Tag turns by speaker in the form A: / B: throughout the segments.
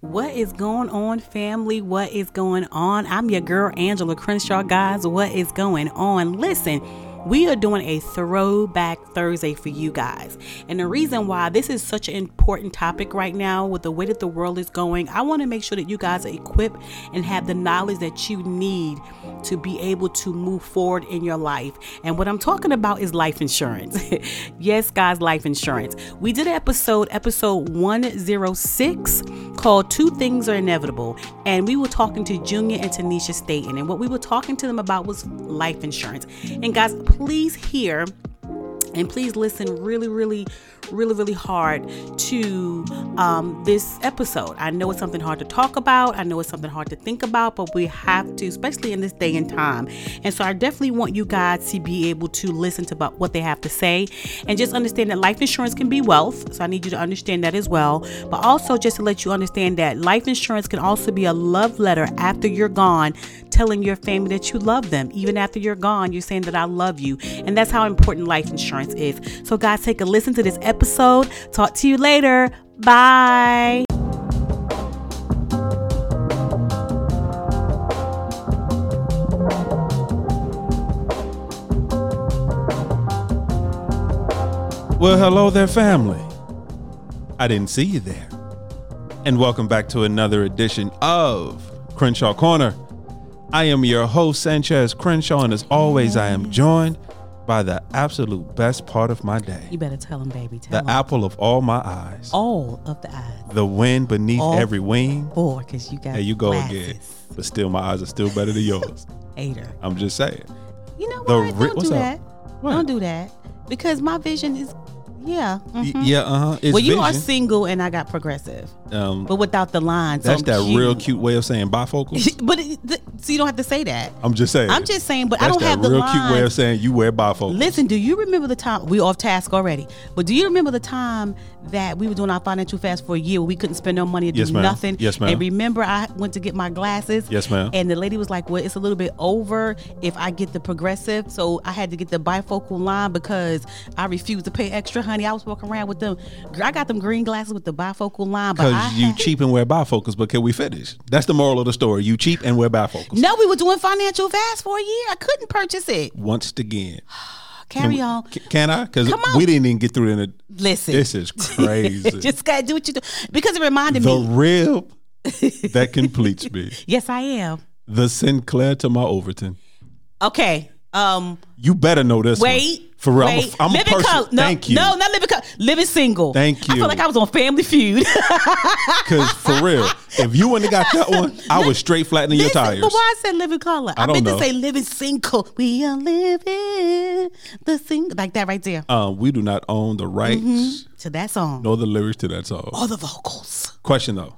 A: What is going on, family? What is going on? I'm your girl, Angela Crenshaw, guys. What is going on? Listen, we are doing a throwback Thursday for you guys. And the reason why this is such an important topic right now with the way that the world is going, I want to make sure that you guys are equipped and have the knowledge that you need to be able to move forward in your life. And what I'm talking about is life insurance. yes, guys, life insurance. We did an episode, episode 106, called Two Things Are Inevitable. And we were talking to Junior and Tanisha Staten. And what we were talking to them about was life insurance. And guys, please hear and please listen really really really really hard to um, this episode i know it's something hard to talk about i know it's something hard to think about but we have to especially in this day and time and so i definitely want you guys to be able to listen to about what they have to say and just understand that life insurance can be wealth so i need you to understand that as well but also just to let you understand that life insurance can also be a love letter after you're gone telling your family that you love them even after you're gone you're saying that i love you and that's how important life insurance is so guys take a listen to this episode talk to you later bye
B: Well, hello there, family. I didn't see you there. And welcome back to another edition of Crenshaw Corner. I am your host, Sanchez Crenshaw, and as always, I am joined by the absolute best part of my day
A: you better tell them baby tell
B: the
A: them
B: apple of all my eyes,
A: all of the eyes
B: the wind beneath
A: all
B: every wing.
A: four because you got
B: There you go
A: glasses.
B: again. But still, my eyes are still better than yours.
A: Aider.
B: I'm just saying.
A: You know
B: The
A: what?
B: ri-
A: don't
B: what's
A: do
B: up?
A: that.
B: What?
A: Don't do that because my vision is, yeah. mhm.
B: Y- yeah, uh huh. It's
A: well, you are
B: vision.
A: single and I got progressive,
B: Um,
A: but without the line.
B: that's
A: so
B: that
A: cute.
B: real cute way of saying bifocals.
A: but it, th- so you don't have to say that.
B: I'm just saying.
A: I'm just saying, but I
B: That's
A: don't
B: that
A: have the
B: real
A: line.
B: cute way of saying you wear bifocals.
A: Listen, do you remember the time we off task already? But do you remember the time that we were doing our financial fast for a year? We couldn't spend no money and
B: Yes,
A: do
B: ma'am.
A: nothing.
B: Yes, ma'am.
A: And remember, I went to get my glasses.
B: Yes, ma'am.
A: And the lady was like, "Well, it's a little bit over if I get the progressive." So I had to get the bifocal line because I refused to pay extra, honey. I was walking around with them. I got them green glasses with the bifocal line, but I
B: Because you
A: had-
B: cheap and wear bifocals, but can we finish? That's the moral of the story. You cheap and wear bifocals.
A: no, we were doing financial fast for a year. I couldn't purchase it.
B: Once again,
A: Carry on.
B: C- can I? Because
A: Come on.
B: we didn't even get through in the.
A: Listen,
B: This is crazy.
A: just gotta do what you do because it reminded
B: the
A: me.
B: rib that completes me.
A: Yes, I am.
B: The Sinclair to my Overton.
A: Okay. Um.
B: You better know this. one.
A: Wait.
B: for real. I'm a-
A: Wait.
B: I'm a,
A: living
B: person.
A: col- No,
B: Thank you.
A: No, not living color. Living single.
B: Thank
A: I
B: you.
A: feel like I was on Family Feud.
B: Because for real, if you wouldn't have got that one, I was straight flattening your
A: Listen,
B: tires.
A: But why I said living color? I,
B: don't
A: meant
B: know.
A: to say living single. We are living the single like that right there
B: Um, we do not own the rights
A: to that song.
B: nor the lyrics to that song.
A: All the vocals.
B: Question though,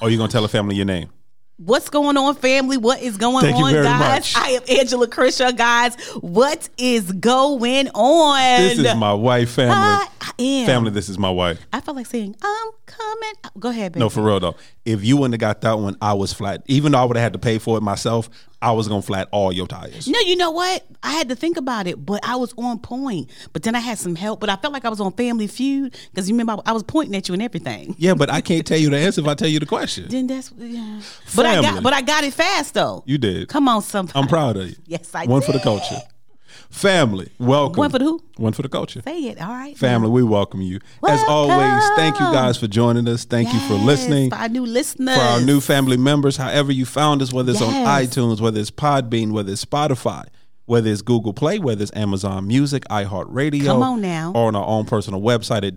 B: are you gonna tell the family your name?
A: What's going on, family? What is going
B: Thank you
A: on,
B: very
A: guys?
B: much.
A: I am Angela Crenshaw, guys. What is going on?
B: This is my wife family.
A: I am.
B: Family, this is my wife.
A: I felt like saying, I'm coming. out." Go ahead, baby.
B: No, for real though. If you wouldn't have got that one, I was flat. Even though I would have had to pay for it myself, I was gonna flat all your tires.
A: No, you know what? I had to think about it, but I was on point. But then I had some help, but I felt like I was on Family Feud because you remember I I was pointing at you and everything.
B: Yeah, but I can't tell you the answer if I tell you the question.
A: Then that's yeah. But I got
B: Family.
A: but I got it fast though.
B: You did.
A: Come on, somebody.
B: I'm proud of you.
A: Yes, I
B: One for the
A: did.
B: culture. Family, welcome.
A: One for the who?
B: One for the culture.
A: Say it. All right.
B: Family, we welcome you. As
A: Welcome.
B: always, thank you guys for joining us. Thank you for
A: Yes,
B: listening.
A: For our new listeners.
B: for our new family members, however you found us, whether it's on
A: Yes.
B: iTunes, whether it's Podbean, whether it's Spotify, whether it's Google Play, whether it's Amazon Music, iHeartRadio,
A: Come on now.
B: or on our own personal website at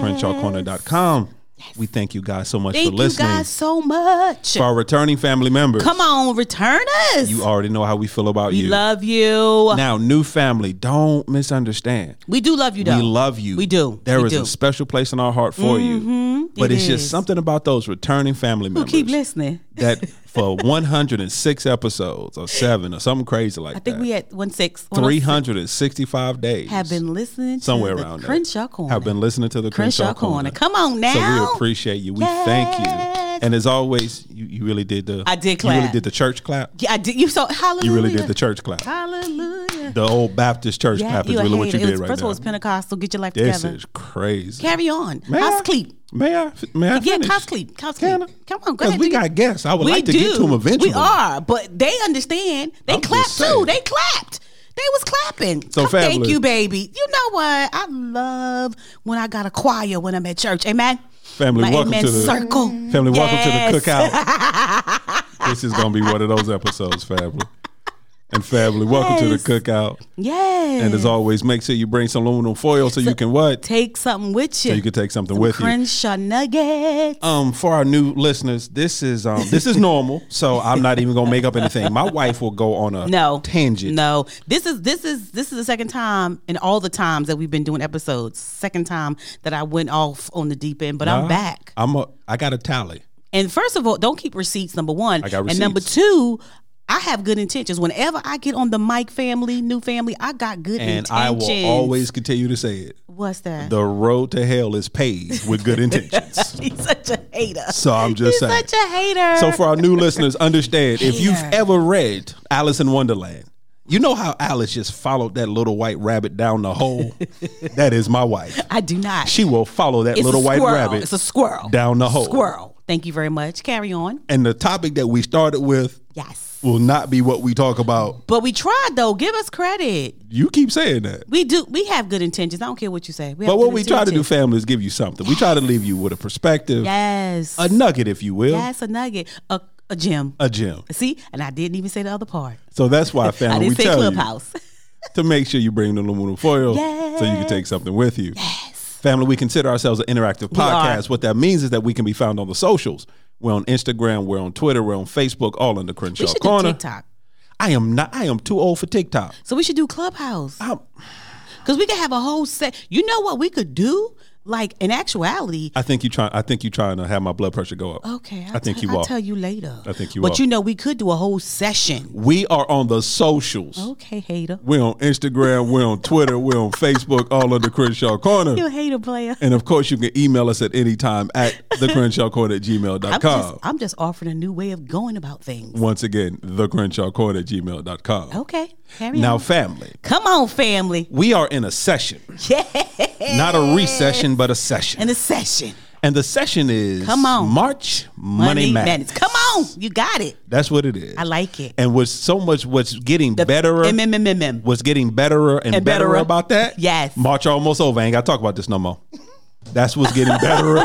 B: www.drcrenshawcorner.com. We thank you guys so much
A: Thank
B: for
A: you
B: listening.
A: guys so much.
B: For our returning family members,
A: Come on, return us.
B: you already know how we feel about
A: we
B: you.
A: love you.
B: now, new family, don't misunderstand.
A: we do love you though.
B: We love you.
A: We do.
B: There is
A: we do. Mm-hmm.
B: a special place in our heart for you. But
A: It
B: it's
A: is.
B: just something about those returning family members.
A: keep listening.
B: that for 106 episodes or seven or something crazy like
A: I think
B: that.
A: we at one oh six.
B: 365 days
A: have been listening to
B: somewhere
A: the
B: around there.
A: Crenshaw Corner.
B: Have been listening to the
A: Crenshaw,
B: Crenshaw,
A: Corner. Come on now.
B: So we appreciate you. We thank
A: Yes.
B: you. And as always, you, you really did the
A: I did
B: You really
A: clap.
B: did the church clap.
A: Yeah, I did. You so hallelujah.
B: You really did the church clap.
A: Hallelujah. hater.
B: The old Baptist church
A: Yeah,
B: yeah,
A: you a
B: really what you
A: hater. It
B: did
A: was-
B: right
A: first of all,
B: now.
A: it's Pentecostal. Get your life
B: This
A: together.
B: is crazy.
A: Carry on.
B: May
A: House
B: I-
A: cleep.
B: May I? May I?
A: Yeah,
B: finish?
A: house cleep. House
B: Can
A: cleep.
B: I?
A: Come on, go
B: 'Cause
A: ahead.
B: we
A: do
B: got
A: it.
B: guests. I would
A: We
B: like to get to
A: do.
B: them eventually.
A: We are, but they understand. They
B: I'm just
A: clapped
B: saying.
A: too. They clapped. They was clapping.
B: So
A: Oh, thank
B: fabulous.
A: you, baby. You know what? I love when I got a choir when I'm at church. Amen.
B: Family,
A: My
B: welcome
A: amen
B: to the- Mm.
A: circle.
B: Family, welcome to
A: Yes.
B: the cookout. this is gonna be one of those episodes, family. And family, welcome
A: Yes.
B: to the cookout.
A: Yes.
B: And as always, make sure you bring some aluminum foil so you can what?
A: take something with you.
B: So you can take something with you.
A: Crenshaw nuggets.
B: um for our new listeners, this is um this is normal, so I'm not even gonna make up anything. My wife will go on a
A: no
B: tangent.
A: No, this is this is this is the second time in all the times that we've been doing episodes. Second time that I went off on the deep end, but I'm back.
B: I'm a I got a tally.
A: And first of all, don't keep receipts. Number one,
B: I got
A: and number
B: receipts.
A: two. I have good intentions. Whenever I get on the Mike family, new family, I got good
B: And
A: intentions.
B: I will always continue to say it.
A: What's that?
B: The road to hell is paved with good intentions.
A: He's such a hater.
B: So I'm
A: He's
B: just saying.
A: such a hater.
B: So for our new listeners, understand if you've ever read Alice in Wonderland, you know how Alice just followed that little white rabbit down the hole. that is my wife.
A: I do not.
B: She will follow that
A: It's
B: little
A: a
B: white
A: squirrel.
B: rabbit
A: It's a squirrel
B: down the hole.
A: Squirrel. Thank you very much. Carry on.
B: And the topic that we started with
A: Yes.
B: will not be what we talk about.
A: But we tried though. Give us credit.
B: You keep saying that.
A: We do. We have good intentions. I don't care what you say. We have
B: But what
A: good
B: we try to do,
A: intentions.
B: family, is give you something. We try to leave you with a perspective,
A: yes,
B: a nugget, if you will,
A: yes, a nugget, a a gem.
B: a gem.
A: See, and I didn't even say the other part.
B: So that's why, family,
A: I
B: we
A: didn't say
B: tell
A: clubhouse.
B: you to make sure you bring the aluminum foil so you can take something with you. Family, we consider ourselves an interactive
A: are.
B: podcast. What that means is that we can be found on the socials. We're on Instagram, we're on Twitter, we're on Facebook, all under Crenshaw
A: We should do
B: Corner.
A: TikTok.
B: I am not. I am too old for TikTok.
A: So we should do clubhouse
B: I'm-
A: because we could have a whole set. You know what we could do? Like in actuality.
B: I think you trying. I think you trying to have my blood pressure go up.
A: Okay, I'll
B: I think
A: tell-
B: you
A: I'll
B: are.
A: tell you later.
B: I think you
A: But
B: are.
A: you know, we could do a whole session.
B: we are on the socials.
A: Okay, hater.
B: We're on Instagram. we're on Twitter. We're on Facebook. All under Crenshaw Corner.
A: You a hater player.
B: And of course, you can email us at any time at thecrenshawcorner at
A: I'm just,
B: gmail.com.
A: I'm just offering a new way of going about things.
B: Once again, thecrenshawcorner at gmail.com.
A: Okay, carry
B: Now,
A: on.
B: family,
A: Come on, family.
B: we are in a session. Not a recession, but a session.
A: In a session.
B: And the session is
A: Come on.
B: March Money,
A: Money
B: Madness.
A: Madness. Come on, you got it.
B: That's what it is.
A: I like it.
B: And what's so much what's getting betterer
A: MMMM.
B: what's getting betterer and,
A: And
B: betterer
A: betterer.
B: about that?
A: Yes.
B: March almost over. I ain't gotta talk about this no more. That's what's getting betterer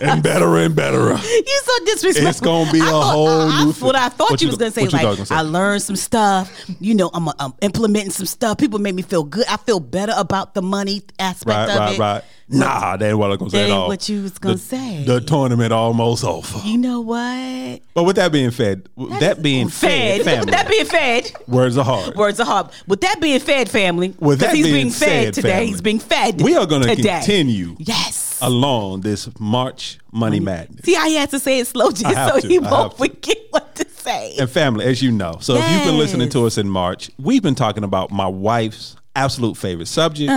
B: and better and betterer.
A: You so disrespectful.
B: It's gonna be
A: I
B: a
A: thought-
B: whole
A: I- I-
B: new
A: What I
B: thing.
A: thought
B: What
A: you,
B: you
A: was
B: go-
A: gonna say,
B: what you
A: like
B: gonna say?
A: I learned some stuff. You know, I'm, I'm implementing some stuff. People made me feel good. I feel better about the money aspect
B: Right,
A: of
B: right,
A: it.
B: right. Nah, that ain't what I was gonna say
A: That
B: at
A: ain't
B: all.
A: what you was gonna
B: The-
A: say.
B: The tournament almost over.
A: You know what?
B: But with that being fed, that, being fed,
A: Fed. With
B: family,
A: that being fed.
B: words are hard.
A: Words of heart. With that being fed, family.
B: With that
A: Because he's
B: being
A: being
B: said,
A: fed today.
B: family,
A: He's being fed.
B: we are going to
A: today.
B: continue Uh,
A: Yes.
B: along this March Money Madness.
A: See, I had to say it slow just
B: have
A: so
B: to.
A: he
B: I
A: won't
B: have to.
A: forget what to say.
B: And family, as you know, so if you've been listening
A: Yes.
B: to us in March, we've been talking about my wife's absolute favorite subject,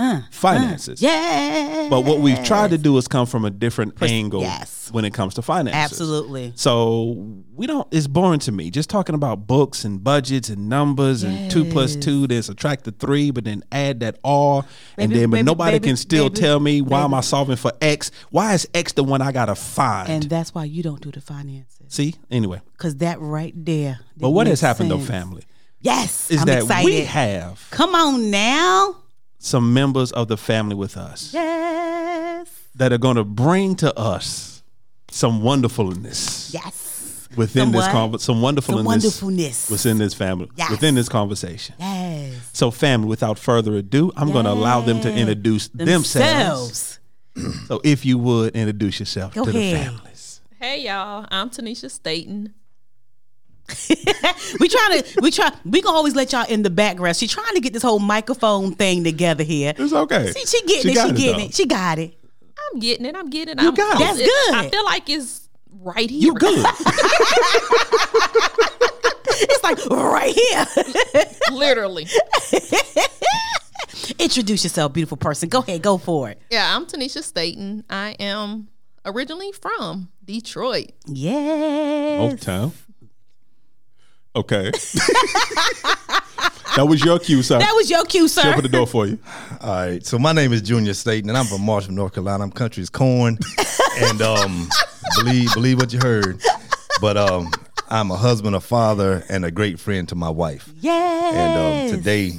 A: Uh,
B: finances.
A: Yeah.
B: But what we've tried to do is come from a different angle
A: yes.
B: when it comes to finances.
A: Absolutely.
B: So we don't. It's boring to me just talking about books and budgets and numbers and two plus two. Then subtract the three, but then add that R, and
A: Baby,
B: then but
A: baby,
B: nobody
A: baby,
B: can still
A: baby,
B: tell me why am I
A: baby.
B: solving for X? Why is X the one I gotta find?
A: and that's why you don't do the finances.
B: See, anyway.
A: Because that right there.
B: But what has happened though, family,
A: Yes.
B: is
A: I'm
B: that
A: excited.
B: we have
A: Come on now.
B: some members of the family with us
A: Yes.
B: that are gonna bring to us some wonderfulness.
A: Yes.
B: within
A: Some
B: this
A: what?
B: conver- some wonderfulness,
A: wonderfulness.
B: within this family,
A: Yes.
B: within this conversation.
A: Yes.
B: So, family, without further ado, I'm going to allow them to
A: Yes.
B: introduce themselves.
A: Themselves.
B: So, if you would introduce yourself
A: Go
B: to
A: ahead.
B: the families,
C: Hey y'all, I'm Tanisha Staten.
A: we trying to we try we can always let y'all in the background. She trying to get this whole microphone thing together here.
B: it's okay.
A: See, she getting it.
B: got
A: She getting it.
B: though.
A: She got it.
C: I'm getting it. I'm getting it. You I'm,
B: got it.
C: I'm-
A: That's
C: it- I
A: good.
C: feel like it's right here.
B: You good?
A: It's like right here.
C: Literally.
A: Introduce yourself, beautiful person. Go ahead, go for it.
C: Yeah, I'm Tanisha Staten. I am originally from Detroit.
B: Oh.
A: Yes.
B: Old town. Okay. That was your cue, sir.
A: That was your cue, sir.
B: She opened the door for you.
D: All right. So my name is Junior Staten, and I'm from Marshall, North Carolina. I'm country's corn, and um, believe believe what you heard. But um, I'm a husband, a father, and a great friend to my wife.
A: Yes.
D: And um, today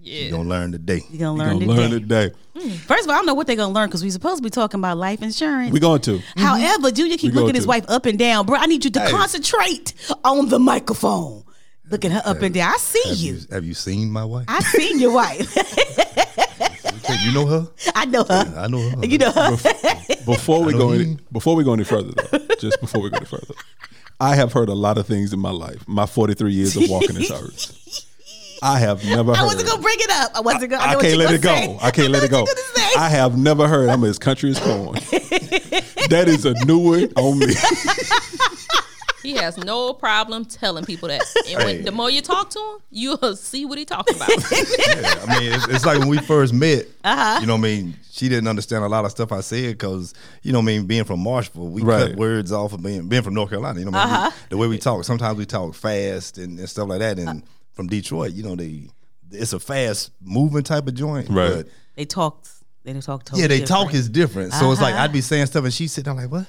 C: Yeah.
D: you're gonna learn today.
A: You're going to learn
B: Gonna
A: today.
B: learn today.
A: First of all, I don't know what they're going to learn because we're supposed to be talking about life insurance.
B: We going to.
A: However, Junior keep
B: We go
A: looking his
B: to.
A: wife up and down. Bro, I need you to concentrate on the microphone. Looking her up and down. I see
D: Have
A: you.
D: you, have you seen my wife?
A: I seen your wife.
D: you know her.
A: I know her.
D: I know her.
A: You know her.
B: Before we
D: I
B: go
D: don't
B: any,
D: mean-
B: before we go any further, though, just before we go any further, I have heard a lot of things in my life. My 43 years of walking this earth, I have never heard.
A: I wasn't gonna bring it up. I wasn't gonna. I,
B: I
A: know what
B: can't
A: you
B: let
A: gonna
B: it go.
A: say.
B: I can't
A: know
B: let it go.
A: what you gonna say.
B: I have never heard I'm as country as corn. that is a new one on me.
C: He has no problem telling people that. And
D: Hey.
C: when, the more you talk to him, you'll see what he talking about.
D: Yeah, I mean, it's, it's like when we first met.
A: Uh-huh.
D: You know, what I mean, she didn't understand a lot of stuff I said because you know, what I mean, being from Marshville, we
B: Right.
D: cut words off of being being from North Carolina. You know, what I mean,
A: Uh-huh.
D: We- the way we talk. Sometimes we talk fast and, and stuff like that. And from Detroit, you know, they it's a fast moving type of joint.
B: Right.
D: but
A: they talked. They done talked.
D: yeah,
A: totally
D: they
A: different. Uh-huh.
D: talk is different. So it's like I'd be saying stuff and she's sitting there like, what?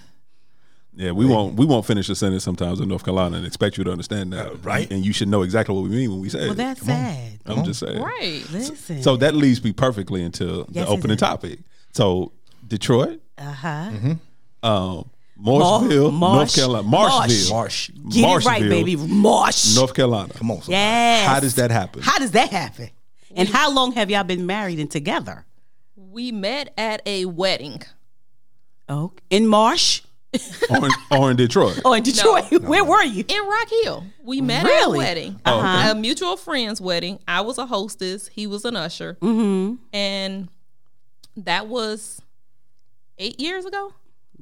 B: Yeah, we won't we won't finish a sentence sometimes in North Carolina and expect you to understand that,
D: right.
B: And you should know exactly what we mean when we say.
A: Uh, Well,
B: it.
A: that's sad.
B: I'm just saying.
C: right.
A: Listen.
B: So that leads me perfectly into
A: Yes,
B: the opening
A: it does.
B: topic. So Detroit,
A: uh huh.
D: Mm-hmm.
B: um, Marshville, North
A: Marsh-
B: Carolina, Marshville,
D: Marsh.
A: Get it
B: Marshville,
A: right, baby. Marsh.
B: North Carolina.
D: Come on, somebody.
A: Yes.
B: How does that happen?
A: How does that happen? And how long have y'all been married and together?
C: We met at a wedding.
A: Oh, in Marsh
B: or, in, or in Detroit?
A: or in Detroit? Where were you?
C: in Rock Hill. We met at a
A: Really? Oh,
C: wedding, Uh-huh. a mutual friend's wedding. I was a hostess, he was an usher,
A: Mm-hmm.
C: and that was eight years ago.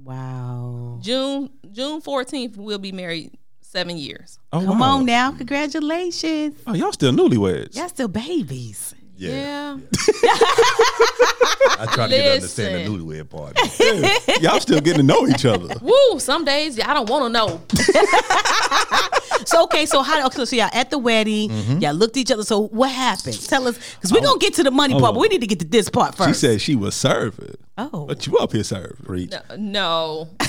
A: Wow.
C: June June fourteenth, we'll be married seven years.
B: Oh,
A: Come
B: wow.
A: on now. Congratulations.
B: Oh, y'all still newlyweds.
A: Y'all still babies.
D: Yeah. I try to get her to understand the newlywed part.
B: Y'all still getting to know each other.
C: Woo! Some days I don't want to know.
A: So okay, so how? Okay, so y'all at the wedding,
B: Mm-hmm.
A: y'all looked at each other. So what happened? Tell us, because we're gonna get to the money part, but we need to get to this part
B: Oh. She
A: first.
B: said she was serving.
A: Oh.
B: But you up here serving.
C: No.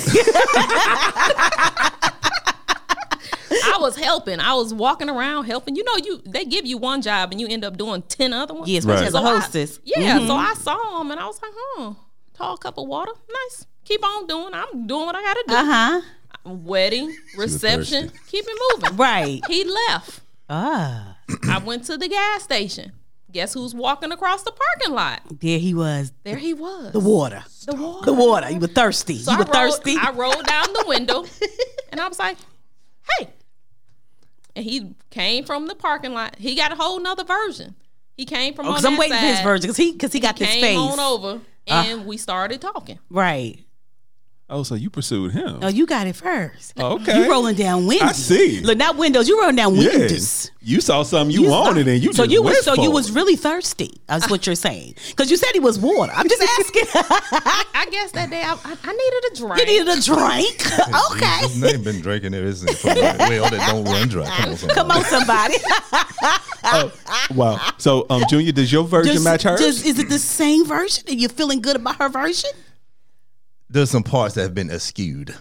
C: I was helping. I was walking around helping. You know, you they give you one job and you end up doing ten other ones.
A: yeah, especially
B: Right.
A: as a
C: So I-
A: hostess. Mm-hmm.
C: yeah, so I saw him and I was like, hmm, tall cup of water, nice. Keep on doing. I'm doing what I gotta do.
A: Uh huh.
C: Wedding, reception, keep it moving.
A: Right.
C: He left.
A: Ah,
C: I went to the gas station. Guess who's walking across the parking lot?
A: there he was.
C: There he was.
A: The water.
C: The water.
A: The water. You were thirsty.
C: So
A: you were
C: I rolled,
A: thirsty.
C: I rolled down the window and I was like, hey. And he came from the parking lot. He got a whole nother version. He came from on
A: Because
C: that
A: Oh, I'm waiting for his
C: side,
A: version. Because he, because he got this
C: Came
A: face. Uh.
C: on over and we started talking.
A: Right.
B: Oh, so you pursued him. Oh,
A: Oh, you got it first.
B: Okay.
A: You rolling down windows.
B: I see.
A: Look, not windows. You rolling down
B: yeah.
A: windows.
B: You saw something you, wanted and you
A: so
B: just
A: you
B: went
A: was so
B: for
A: you was
B: it.
A: really thirsty. That's what you're saying. Because you said he was water. I'm just asking.
C: I guess that day I, I, I needed a drink.
A: you needed a drink. okay.
D: His name been drinking ever since from that well that don't run dry. Come on, somebody.
A: Come on, somebody.
B: Wow. So um Junior, does your version
A: Does-
B: match hers?
A: does- is it the same version? Are you feeling good about her version?
D: there's some parts that have been eschewed.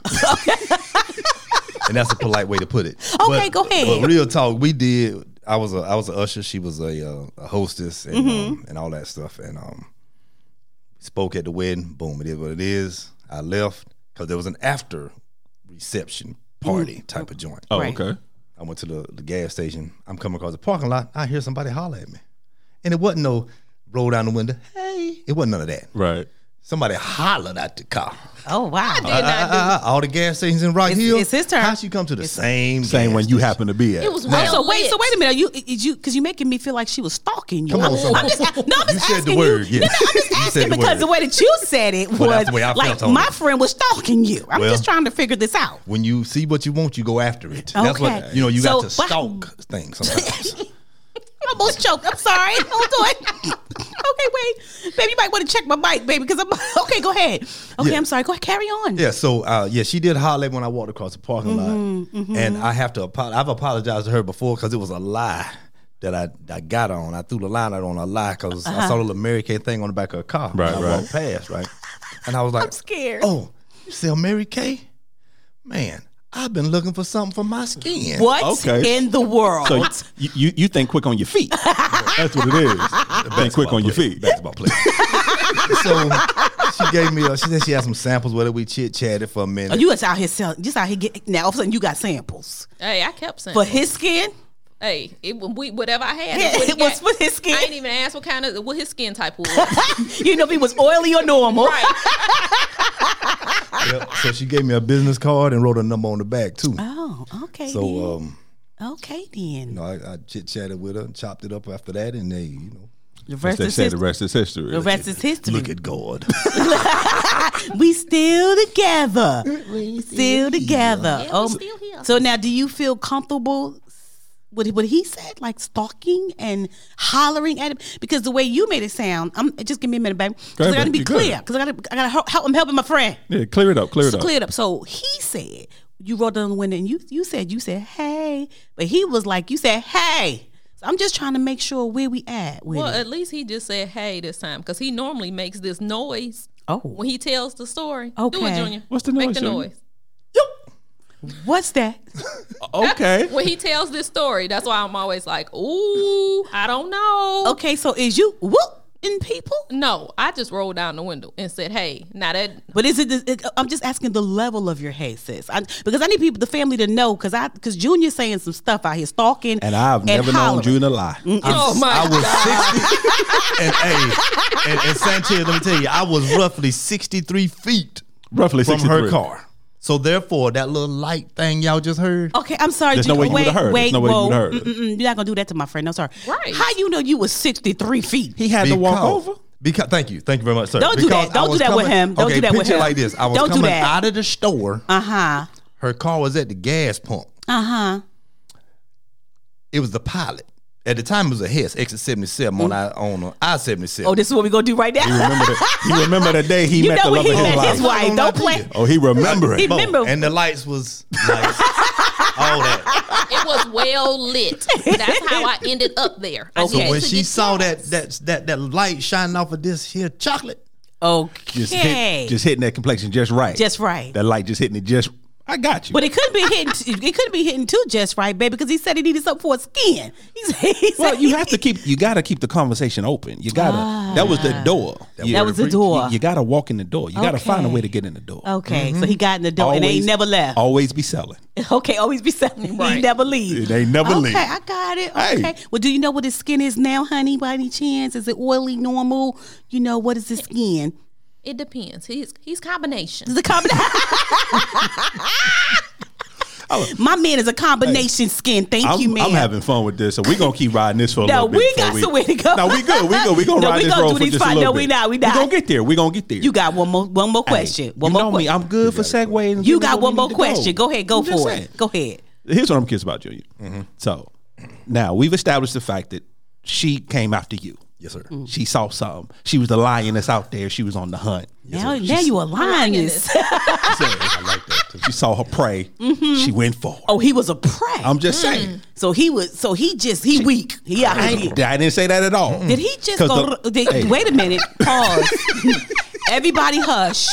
D: and that's a polite way to put it.
A: Okay, go ahead.
D: But real talk, we did. I was a I was a usher. She was a, uh, a hostess and
A: Mm-hmm.
D: um, and all that stuff. And um, spoke at the wedding. Boom, it is what it is. I left because there was an after reception party
A: Mm-hmm.
D: type of joint.
B: oh,
A: Right.
B: okay.
D: I went to the, the gas station. I'm coming across the parking lot. I hear somebody holler at me, and it wasn't no roll down the window. Hey, it wasn't none of that.
B: Right.
D: Somebody hollered at the car.
A: Oh wow.
C: Did not do
D: Uh, uh, all the gas stations in Rock
A: It's-
D: Hill.
A: it's his turn.
D: How she come to the same
B: Same
D: gas
B: one you happen to be at.
C: It was
A: Oh,
C: well
A: so wait,
C: lit.
A: so wait a minute. Are you, is you, because you're making me feel like she was stalking you.
D: Come on,
A: I'm-
D: somebody.
A: I'm just, a- no, I'm just
D: You said the
A: asking
D: word,
A: You, No,
D: yeah.
A: I'm just
D: You
A: asking
D: said the
A: because
D: word.
A: the way that you said it was
D: Well, that's the way I
A: like
D: felt on
A: my
D: it.
A: friend was stalking you. I'm
D: Well-
A: just trying to figure this out.
D: When you see what you want, you go after it. That's
A: Okay.
D: what you know. You
A: So,
D: got to
A: but-
D: stalk things sometimes.
A: I almost choked. I'm sorry. Hold on. okay, wait, baby. You might want to check my mic, baby, because I'm okay. Go ahead. Okay,
D: Yeah.
A: I'm sorry. Go ahead. Carry on.
D: yeah. So uh, yeah, she did holler at me when I
A: Mm-hmm,
D: walked across the parking lot, and I have to. Apo- I've apologized to her before because it was a lie that I, I got on. I threw the line out on a lie because I
A: Uh-huh.
D: saw the little Mary Kay thing on the back of a car.
B: Right,
D: And I
B: right.
D: walked past, right? And I was like,
A: scared.
D: oh, you sell Mary Kay? Man, I've been looking for something for my skin.
A: What
B: Okay.
A: in the world?
B: So you, you you think quick on your feet. That's what it is. Think quick on your feet.
D: Basketball player. so she gave me, a, she said she had some samples with it. We chit chatted for a minute.
A: Oh, you just out here selling, just out here getting. Now all of a sudden you got samples
C: Hey, I kept saying,
A: for his skin.
C: hey, it, we, whatever I had,
A: Yeah,
C: that's what he
A: it was
C: got.
A: for his skin.
C: I ain't even asked what kind of what his skin type was.
A: you know if he was oily or normal.
C: right.
D: Yep. So she gave me a business card and wrote a number on the back too.
A: Oh, okay. then.
D: So um,
B: uh,
A: okay then.
D: you know, I, I chit chatted with her, and chopped it up after that, and they, you know,
A: the
B: As
A: rest
B: they
A: is
B: said, the
A: history.
B: rest is history.
A: The rest is history.
D: look at God.
A: we still together. still together.
C: Yeah, we
A: oh,
C: still here.
A: So now, do you feel comfortable with what he said, like stalking and hollering at him? Because the way you made it sound, I'm just give me a minute, baby.
B: Go
A: Because
B: ahead,
A: I got to
B: babe.
A: be
B: You good.
A: clear. Because I got to, I got to help. help- I'm helping my friend.
B: Yeah, clear it up. Clear it
A: So
B: up.
A: clear it up. So he said you rolled down the window and you you said you said hey, but he was like you said hey. So I'm just trying to make sure where we at. With
C: Well,
A: it.
C: at least he just said hey this time because he normally makes this noise
A: Oh,
C: when he tells the story. Do
A: Okay.
C: it, Junior.
B: What's the
C: Make
B: noise,
C: the
B: Junior?
C: noise.
A: what's that?
B: Okay.
C: When he tells this story, that's why I'm always like, ooh, I don't know.
A: Okay, so is you whooping people?
C: No, I just rolled down the window and said, hey, now that
A: But is it, it? I'm just asking the level of your hey, sis, I, because I need people, the family, to know. Because I, because Junior's saying some stuff out here, stalking,
D: And I've never known
A: hollering.
D: June to lie.
C: Oh, my
D: I was sixty, and hey, and, and Sanchez, let me tell you, I was roughly sixty-three feet
B: Roughly
D: from
B: 63.
D: her car. So therefore, that little light thing y'all just heard,
A: Okay, I'm sorry.
B: There's no
A: Junior.
B: way you would've heard.
A: Wait,
B: There's no way you
A: whoa,
B: would've heard.
A: mm-mm, You're not gonna do that to my friend. I'm sorry.
C: Right.
A: How you know you was 63 feet?
B: He had to walk
D: Because-
B: over.
D: Because thank you, thank you very much, sir.
A: Don't do that.
D: Because I
A: Don't do
D: was
A: that with
D: coming-
A: him. Don't
D: okay,
A: do that with
D: picture
A: him.
D: like this. I was
A: Don't do
D: coming
A: that.
D: out of the store.
A: Uh huh.
D: Her car was at the gas pump.
A: Uh huh.
D: It was the pilot. At the time, it was a Hess exit seventy seven on I on I seventy seven.
A: Oh, this is what we gonna do right now.
B: Remember that, you remember the day he
A: You know
B: met the
A: when
B: love
A: he
B: of his
A: met his
B: life.
A: wife.
D: Hold on,
A: Don't
D: I'll
A: play.
D: tell you.
B: Oh, he remember
A: He
B: it.
A: remember.
D: and the lights was nice. all that.
C: it was well lit, that's how I ended up there. I
A: Okay.
C: needed
A: So
D: When
C: to
D: she
C: get
D: saw
C: gas.
D: that that that that light shining off of this here chocolate,
A: Okay.
B: Just, hit, just hitting that complexion just right.
A: Just right.
B: That light just hitting it just. I got you.
A: But it could be hitting. it could be hitting too, just right, baby, because he said he needed something for his skin. He said, he Ah.
B: well,
A: said-
B: you have to keep. You got to keep the conversation open. You gotta. that was the door. You-
A: That was the door.
B: You, you got to walk in the door. You got to find a
A: Okay.
B: way to get in the door.
A: Okay, so he got in the door and ain't never left.
B: Mm-hmm. Always be selling.
A: Okay, always be selling. He
C: Right.
A: never leave.
B: They never
A: okay,
B: leave.
A: I got it.
B: Hey.
A: Okay. Well, do you know what his skin is now, honey? By any chance, is it oily, normal? You know what is his skin?
C: It depends. He's he's combination.
A: Is a combination. My man is a combination skin. Thank
B: Oh. I'm,
A: you, man.
B: I'm having fun with this, so we're gonna keep riding this for a
A: No,
B: little bit.
A: we
B: before
A: got somewhere to go.
B: No, we good. We good. We gonna
A: No,
B: ride
A: we
B: this
A: gonna
B: road
A: do
B: for
A: these
B: just a
A: five. No,
B: little bit.
A: we not, we not.
B: gonna get there. We gonna get there.
A: you got one more one more question. one
B: you
A: more
B: know me.
A: question.
B: I'm good for segues. and
A: You
B: getting
A: got one
B: where we
A: more
B: need to
A: question. Go ahead, go
B: I'm just
A: for
B: saying.
A: it. Go ahead.
B: Here's what I'm curious about, Junior. So now we've established the fact that she came after you.
D: yes sir.
A: Mm.
B: She saw something. She was the lioness out there. She was on the hunt.
A: Now, now you a lioness.
D: I like that too.
B: She saw her prey. She went for it.
A: Oh, Mm. he was a prey.
B: I'm just saying.
A: so he was. So he just he weak. He out
B: I,
A: here.
B: ain't- I didn't say that at all.
A: Did he just
B: 'Cause
A: go?
B: the-
A: did-
B: Hey.
A: Wait a minute. Pause. Everybody hush.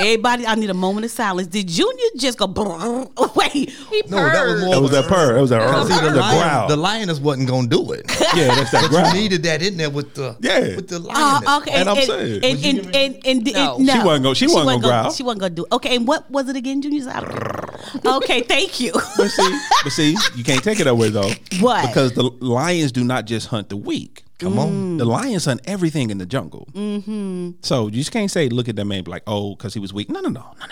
A: Everybody, I need a moment of silence. Did Junior just go? brrr? Wait.
C: He
D: No, that was
C: purred.
D: more-
B: That was that purr. That was that
D: See, the,
B: the growl.
D: lion, the lioness wasn't gonna do it.
B: yeah, that's that
D: But
B: growl.
D: you needed that in there with the
B: Yeah.
D: with the
A: Oh,
D: lioness.
A: okay.
B: And I'm
A: and, and,
B: saying-
A: and, and, and, and-
C: No.
A: no.
B: She wasn't gonna- she wasn't gonna growl.
A: She wasn't gonna do. It. Okay, and what was it again, Junior? I don't- okay, thank you.
B: But see, but see, you can't take it that way though.
A: What? Mm.
B: Because the lions do not just hunt the weak. Come on, the lions hunt everything in the jungle. Mm-hmm. So you just can't say, "Look at that man," be like, "Oh, because he was weak." No, no, no, no,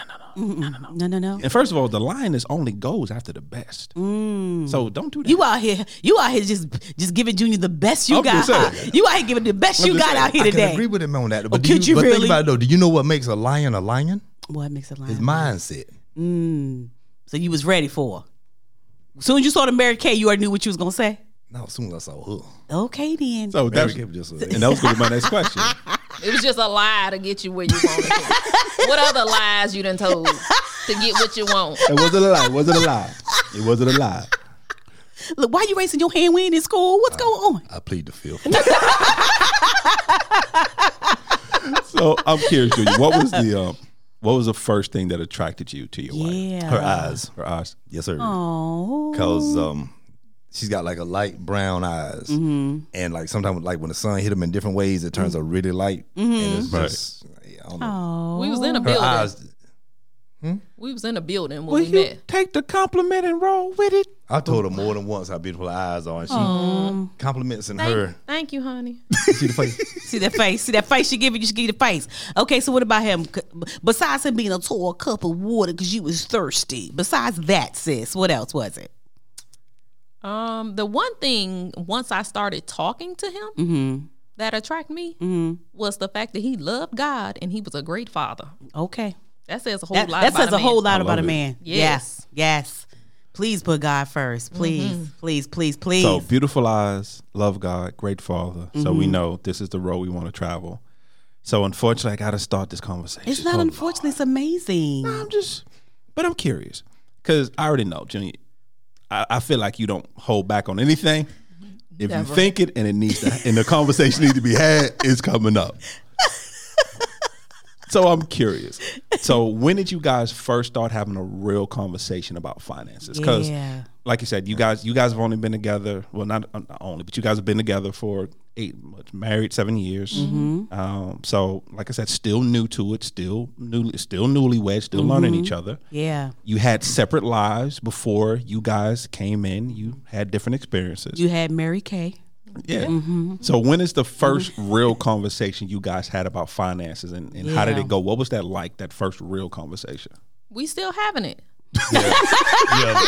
B: no, no, no.
A: No, no, no.
B: And first of all, the lioness only goes after the best. So don't do that.
A: You out here, you out here just just giving Junior the best you
B: I'm
A: got.
B: just saying.
A: You out here giving the best
B: I'm
A: you
B: just
A: got
B: saying.
A: out here
D: I can
A: today. Oh,
D: agree with him on that. But, do
A: could you
D: but think
A: really? Uh-huh.
D: about it though. Do you know what makes a lion a lion?
A: What makes a
D: His
A: lion?
D: mindset.
A: So you was ready for. her. Soon as you saw the Mary Kay, you already knew what you was gonna say.
D: No, as soon as I saw her,
A: Okay then.
B: so
D: Mary
B: Oh, that's
D: Kay was just uh, a-
B: and that was going to be my next question.
C: It was just a lie to get you where you wanted. to. what other lies you done told to get what you want?
B: It wasn't a lie. It wasn't a lie. It wasn't a lie.
A: Look, why you raising your hand? We ain't in school. What's going on?
D: I plead the fifth.
B: So I'm curious, Judy, what was the um, what was the first thing that attracted you to your wife?
A: Yeah.
B: Her eyes, her eyes.
D: yes, sir.
A: Oh,
D: Cause um, she's got like a light brown eyes,
A: Mm-hmm.
D: and like sometimes like when the sun hit them in different ways, it turns a really light, and it's
B: Right.
D: just I don't
A: Mm-hmm.
D: know.
A: oh.
C: We was in a
D: Her
C: building.
D: eyes.
C: We was in a building when
B: Will
C: we
B: you
C: met.
B: take the compliment and roll with it?
D: I told
A: Oh.
D: her more than once how beautiful her eyes are, and she compliments in her.
C: Thank, thank you, honey.
D: See the face?
A: See that face. See that face she giving you. She give you the face. Okay, so what about him? C- Besides him being a tall cup of water because you was thirsty. Besides that, sis, what else was it?
C: Um, the one thing once I started talking to him that attracted me was the fact that he loved God and he was a great father.
A: Okay,
C: That says a whole
A: that,
C: lot.
A: that
C: about
A: says a
C: man.
A: whole lot
D: I
A: about a
D: love it.
A: man.
C: Yes.
A: Yes, Mm-hmm. yes. Please put God first. Please, please, please, please.
B: So beautiful eyes, love God, great father. So
A: Mm-hmm.
B: we know this is the road we want to travel. So unfortunately, I got to start this conversation.
A: it's not
B: So
A: unfortunately. It's amazing.
B: I'm just, but I'm curious because I already know, Junior. I, I feel like you don't hold back on anything. If
C: Never.
B: you think it and it needs to, and the conversation needs to be had, it's coming up. so I'm curious. So when did you guys first start having a real conversation about finances? Because,
A: Yeah.
B: like you said, you guys you guys have only been together. Well, not, uh, not only, but you guys have been together for eight months, married seven years. Um, so, like I said, still new to it, still new, still newlywed, still learning each other
A: Yeah,
B: you had separate lives before you guys came in. You had different experiences.
A: you Mm-hmm. had Mary Kay.
B: yeah. So when is the 1st
A: Mm-hmm.
B: real conversation you guys had about finances and, and how did
A: Yeah.
B: it go? What was that like, that first real conversation?
C: We still having it.
D: yeah,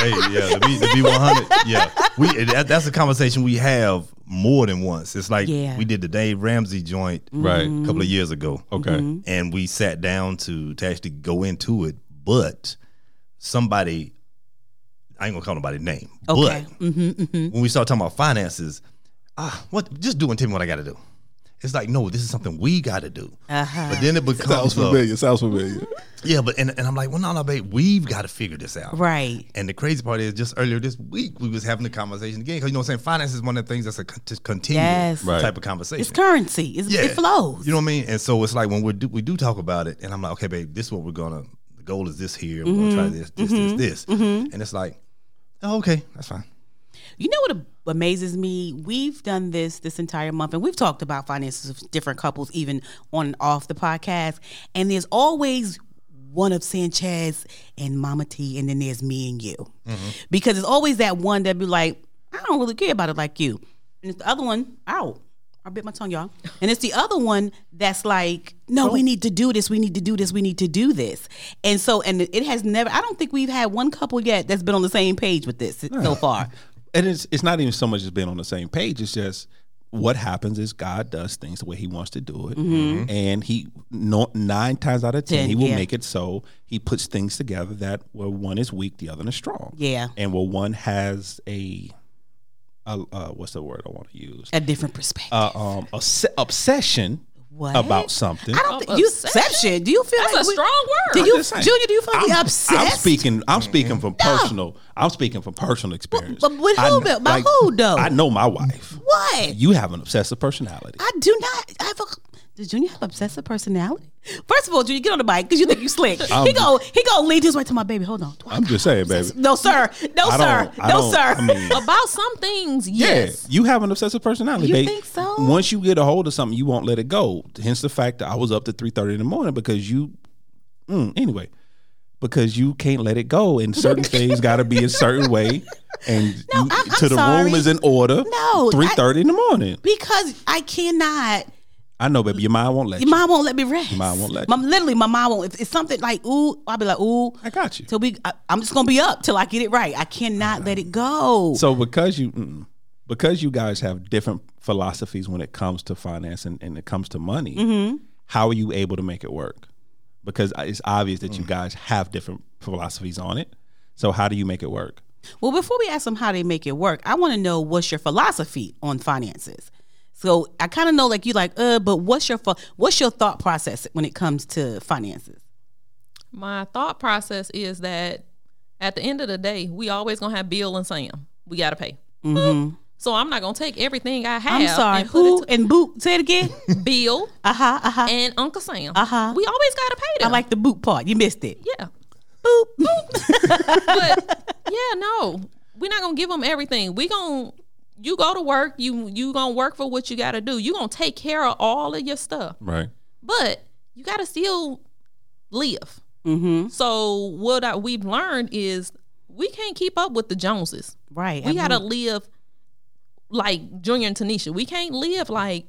D: hey, yeah, the B, the B one hundred. Yeah, we that, that's a conversation we have more than once. It's like
A: Yeah.
D: we did the Dave Ramsey joint
B: Right.
D: a couple of years ago.
B: Okay.
A: Mm-hmm.
D: and we sat down to to actually go into it, but somebody. I ain't gonna call nobody name,
A: Okay. Mm-hmm.
D: but when we start talking about finances, ah, what? Just do and tell me what I got to do. It's like no, this is something we got to do.
A: Uh-huh.
D: But then it becomes a-
B: Sounds familiar.
D: yeah, but and, and I'm like, well, no, no, babe, we've got to figure this out.
A: Right.
D: And the crazy part is, just earlier this week, we was having the conversation again because you know what I'm saying. Finance is one of the things that's a con- just continual
A: Yes.
B: Right.
D: type of conversation.
A: It's currency. It's, It flows.
D: You know what I mean? And so it's like when we do we do talk about it, and I'm like, okay, babe, this is what we're gonna. The goal is this here. We're gonna try
A: Mm-hmm.
D: this, this, this, this, and it's like, oh, okay, that's fine.
A: You know what a- amazes me? We've done this this entire month, and we've talked about finances of different couples, even on and off the podcast. And there's always one of Sanchez and Mama T, and then there's me and you, because there's always that one that be like, I don't really care about it like you, and it's the other one. Ow, I bit my tongue, y'all. And it's the other one that's like, no, we need to do this. We need to do this. We need to do this. And so, and it has never. I don't think we've had one couple yet that's been on the same page with this so far.
B: And it's, it's not even so much as being on the same page. It's just what happens is God does things the way He wants to do it, and He no, nine times out of ten,
A: Mm-hmm. Ten,
B: He will
A: yeah.
B: make it so He puts things together that where one is weak, the other one is strong.
A: Yeah.
B: and where one has a, a uh, what's the word I want to use?
A: a different perspective.
B: Uh, um, obs- obsession
A: What?
B: about something.
A: I don't
C: Oh,
A: think you
C: obsession?
A: obsession. Do you feel
C: That's
A: like
C: a
A: we-
C: strong word.
A: Do you,
B: just saying.
A: Junior? Do you feel like we obsessed?
B: I'm speaking. I'm speaking from personal. I'm speaking from personal experience.
A: but with
B: I
A: who,
B: kn-
A: though? By who, though?
B: I know my wife.
A: What?
B: You have an obsessive personality.
A: I do not. I have a. Does Junior have obsessive personality? First of all, Junior, get on the bike because you think you slick. he
B: I'm-
A: go. He go lead his way to my baby. Hold on.
B: I'm just saying, baby.
A: No sir. No
B: I
A: sir.
B: don't- I
A: No
B: don't-
A: sir.
B: I mean-
C: About some things,
B: Yeah,
C: yes.
B: you have an obsessive personality.
A: You
B: babe.
A: think so?
B: Once you get a hold of something, you won't let it go. Hence the fact that I was up to three thirty in the morning because you. Mm, anyway, because you can't let it go, and certain things got to be a certain way, and
A: No,
B: you,
A: I'm- I'm
B: to the
A: sorry.
B: room is in order.
A: No, I-
B: three thirty in the morning.
A: because I cannot.
B: I know, baby. Your mind won't let
A: Your
B: you.
A: mom won't let me rest. Your
B: mom won't let
A: My, literally, my mom won't. If it's something like ooh, I'll be like ooh.
B: I got you.
A: Till we, I, I'm just gonna be up till I get it right. I cannot let it go.
B: So because you mm, because you guys have different philosophies when it comes to finance and, and it comes to money,
C: Mm-hmm.
B: how are you able to make it work? Because it's obvious that you guys have different philosophies on it. So how do you make it work?
A: Well, before we ask them how they make it work, I want to know what's your philosophy on finances. So I kind of know, like you, like uh, but what's your pho- what's your thought process when it comes to finances?
C: My thought process is that at the end of the day, we always gonna have Bill and Sam. we gotta pay.
A: Mhm.
C: So I'm not gonna take everything I have.
A: I'm sorry.
C: and put
A: Who
C: it
A: and boot? Say it again.
C: to Bill
A: Uh huh. Uh huh.
C: and Uncle Sam.
A: Uh-huh.
C: We always gotta
A: I
C: pay them.
A: like the boot part. You missed it.
C: yeah,
A: Boop. boop.
C: but yeah, no, we're not gonna give them everything. We gonna you go to work. You you gonna work for what you gotta do. You gonna take care of all of your stuff,
B: Right.
C: but you gotta still live.
A: mm-hmm.
C: So what I, we've learned is we can't keep up with the Joneses.
A: Right.
C: We gotta
A: Absolutely.
C: live like Junior and Tanisha. We can't live like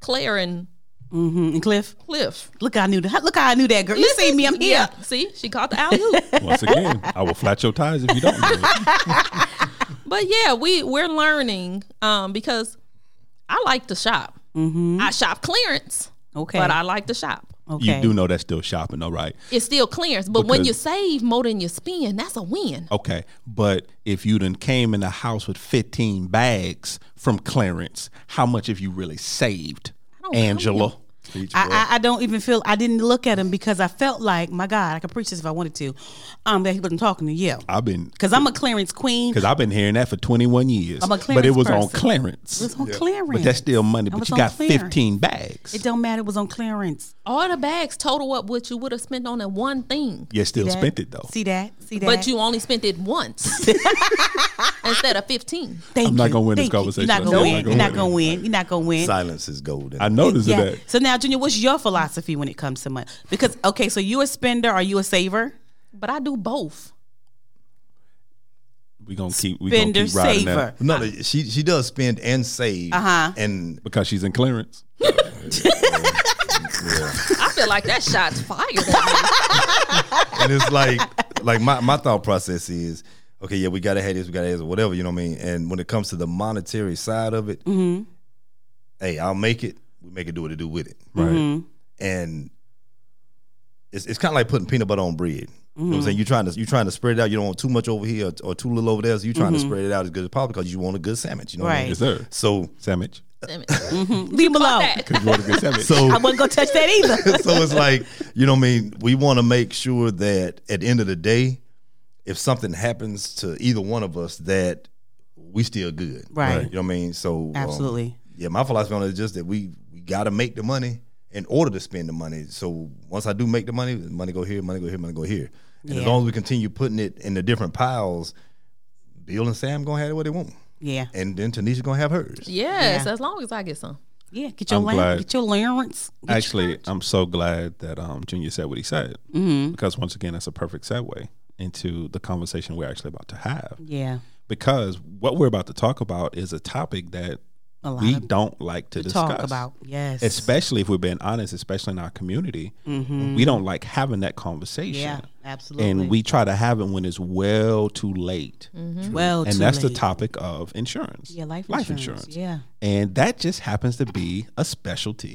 C: Claire and
A: Mhm. And Cliff,
C: Cliff.
A: look, how I knew that. Look, how I knew that girl. You
C: Listen,
A: see me? I'm here.
C: yeah, see, she caught the alley oop.
B: Once again, I will flat your tires if you don't. do it.
C: but yeah, we we're learning um, because I like to shop.
A: Mm-hmm.
C: I shop clearance,
A: Okay.
C: but I like to shop.
A: okay.
B: You do know that's still shopping, all right?
C: It's still clearance, but when
B: Because-
C: you save more than you spend, that's a win.
B: Okay, but if you done came in the house with 15 bags from clearance, how much have you really saved,
C: don't know.
B: Angela?
A: I, I, I don't even feel I didn't look at him because I felt like my God I could preach this if I wanted to, um that he wasn't talking to you
B: I've been
A: because I'm a clearance queen.
B: because I've been hearing that for 21 years,
A: I'm a
B: but it
A: clearance
B: was on
A: person.
B: clearance.
A: It was on clearance.
B: but that's still
A: I
B: money. But
A: was
B: you
A: on
B: got
A: clearance.
B: 15 bags.
A: It don't matter. It was on clearance.
C: All the bags total up what you would have spent on that one thing.
B: You still
A: That-
B: spent it though.
A: See that? See that?
C: But you only spent it once instead of 15.
A: Thank
B: I'm not
A: you.
B: gonna win this
A: Thank you.
B: conversation.
A: You're not gonna
B: I'm
A: win. You're not gonna win. You're not gonna win.
D: Silence is golden.
B: I noticed
A: Yeah.
B: that.
A: So now, Junior, what's your philosophy when it comes to money? Because okay, so you a spender? Are you a saver?
C: But I do both.
B: We gonna keep we gonna
A: Spender,
B: keep riding
A: saver.
B: that
D: no, she she does spend and save.
A: Uh-huh.
D: And
B: because she's in clearance.
C: I feel like that shot's fired. at me.
D: and it's like like my, my thought process is okay yeah we gotta have this we gotta have this whatever you know what i mean and when it comes to the monetary side of it hey i'll make it we make it do what it do with it
B: Right.
D: and it's, it's kind of like putting peanut butter on bread you know what i'm saying you're trying to you trying to spread it out you don't want too much over here or, too little over there so you're trying to spread it out as good as possible because you want a good sandwich you know what I
A: Right.
D: mean?
B: Yes, sir.
D: so
B: Sandwich.
C: Damn it.
A: Leave him alone.
C: That.
B: Because you want a good sandwich.
D: so
A: I wasn't gonna touch that either.
D: so it's like you know what I mean we want to make sure that at the end of the day if something happens to either one of us that we still good
A: Right.
D: you know what I mean so um,
A: Absolutely.
D: yeah my philosophy on it is just that we we got to make the money in order to spend the money so once I do make the money money go here money go here money go here and as
A: Yeah.
D: long as we continue putting it in the different piles Bill and Sam gonna have what they want
A: Yeah.
D: and then Tanisha gonna have hers
C: Yes, as long as I get some.
A: Yeah. Get your
B: I'm
A: lamp.
B: glad.
A: Get your Lawrence.
B: Actually, I'm so glad that um, Junior said what he said
A: Mm-hmm.
B: because once again, that's a perfect segue into the conversation we're actually about to have.
A: Yeah.
B: Because what we're about to talk about is a topic that
A: A lot
B: we
A: of
B: don't like to, discuss,
A: talk about. Yes.
B: especially if we're being honest, especially in our community. We don't like having that conversation.
A: Mm-hmm. yeah. Absolutely. Mm-hmm.
B: And we try to have it when it's well too late.
C: Mm-hmm.
A: well,
B: And
A: too
B: that's the
A: late.
B: topic of insurance.
A: Yeah, life insurance.
B: And that just happens to be a specialty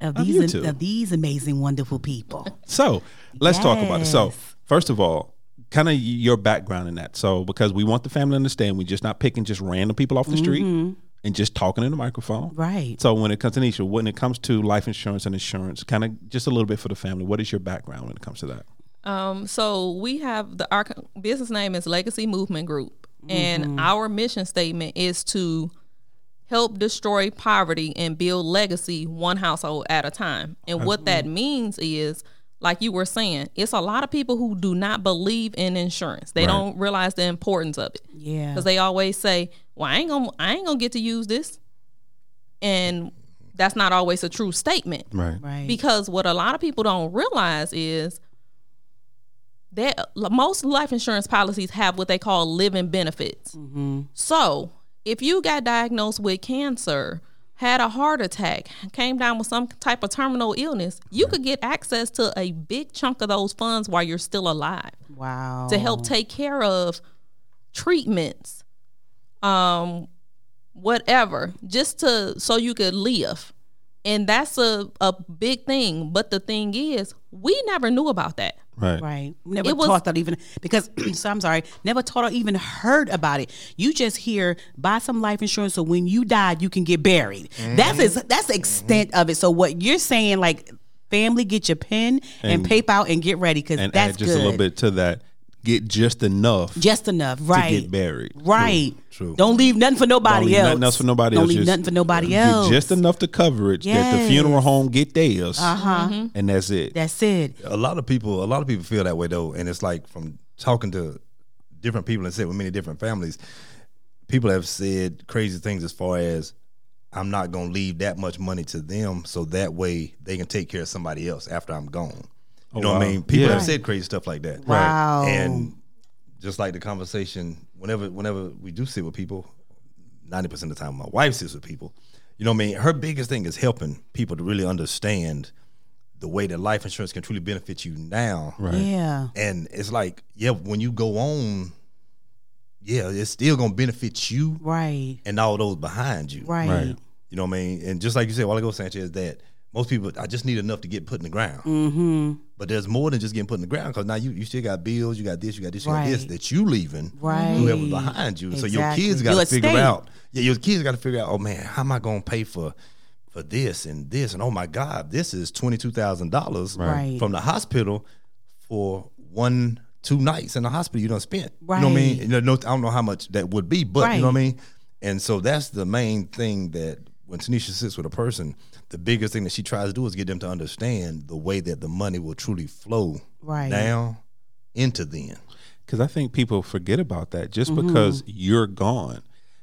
A: Yeah. Of
B: Of
A: these
B: YouTube.
A: of these amazing, wonderful people.
B: So let's talk about it. So
A: Yes.
B: first of all, kind of your background in that. So because we want the family to understand, we're just not picking just random people off the
A: Mm-hmm.
B: street and just talking in the microphone.
A: Right.
B: So when it comes to Nisha, when it comes to life insurance and insurance, kind of just a little bit for the family. What is your background when it comes to that?
C: Um, so we have the our co- business name is Legacy Movement Group, and our mission statement is to help destroy poverty and build legacy one household at a time. And what that means is, like you were saying, it's a lot of people who do not believe in insurance. They don't realize the importance of it
A: Yeah.
C: because they always say, "Well, I ain't gonna, I ain't gonna get to use this," and that's not always a true statement.
B: Right.
A: Right.
C: Because what a lot of people don't realize is that most life insurance policies have what they call living benefits.
A: Mm-hmm.
C: So if you got diagnosed with cancer, had a heart attack, came down with some type of terminal illness, you could get access to a big chunk of those funds while you're still alive
A: wow.
C: to help take care of treatments, um, whatever, just to so you could live. And that's a, a big thing. But the thing is, we never knew about that.
B: Right.
A: Right. Never
C: It was-
A: taught that even because so I'm sorry, never taught or even heard about it. You just hear buy some life insurance so when you die you can get buried. That's
B: Mm-hmm.
A: is that's the extent of it. So what you're saying, like family, get your pen and, paper out and get ready because
B: And
A: that's
B: add just
A: good.
B: a little bit to that. get just enough
A: Just enough, right?
B: to get buried.
A: Right.
D: True.
A: Don't leave nothing for nobody
B: Don't leave
A: else.
B: nothing else for nobody
A: Don't
B: else.
A: leave
B: Just-
A: nothing for nobody
B: you get
A: else.
B: Just enough to cover it that the
A: Yes.
B: funeral home get theirs,
A: uh-huh.
B: and that's it.
A: That's it.
D: a lot of people a lot of people feel that way though and it's like from talking to different people and sitting with many different families people have said crazy things as far as i'm not going to leave that much money to them so that way they can take care of somebody else after i'm gone you know what i
B: wow.
D: mean people
B: Yeah.
D: have said crazy stuff like that
A: Wow.
D: and just like the conversation whenever whenever we do sit with people 90% of the time my wife sits with people you know what i mean her biggest thing is helping people to really understand the way that life insurance can truly benefit you now
B: Right.
A: yeah.
D: and it's like yeah when you go on yeah it's still gonna benefit you
A: Right.
D: and all those behind you
A: Right.
B: Right. Mm-hmm.
D: you know what i mean and just like you said a while ago sanchez that most people i just need enough to get put in the ground
A: Mm-hmm.
D: but there's more than just getting put in the ground because now you, you still got bills, you got this, you got this, you got this
A: Right.
D: that you leaving,
A: Right.
D: whoever behind you. So your
A: Exactly.
D: kids got
A: Your
D: to figure
A: estate.
D: out. Yeah, your kids got to figure out. Oh man, how am I going to pay for for this and this and oh my God, this is twenty two thousand dollars
A: Right.
D: from the hospital for one two nights in the hospital you done spent. You know what I mean?
A: Right.
D: You know, no, I don't know how much that would be, but you know what I
A: Right.
D: mean. And so that's the main thing that when Tanisha sits with a person, the biggest thing that she tries to do is get them to understand the way that the money will truly flow
A: Right.
D: now into then.
B: Because I think people forget about that. Just because you're gone,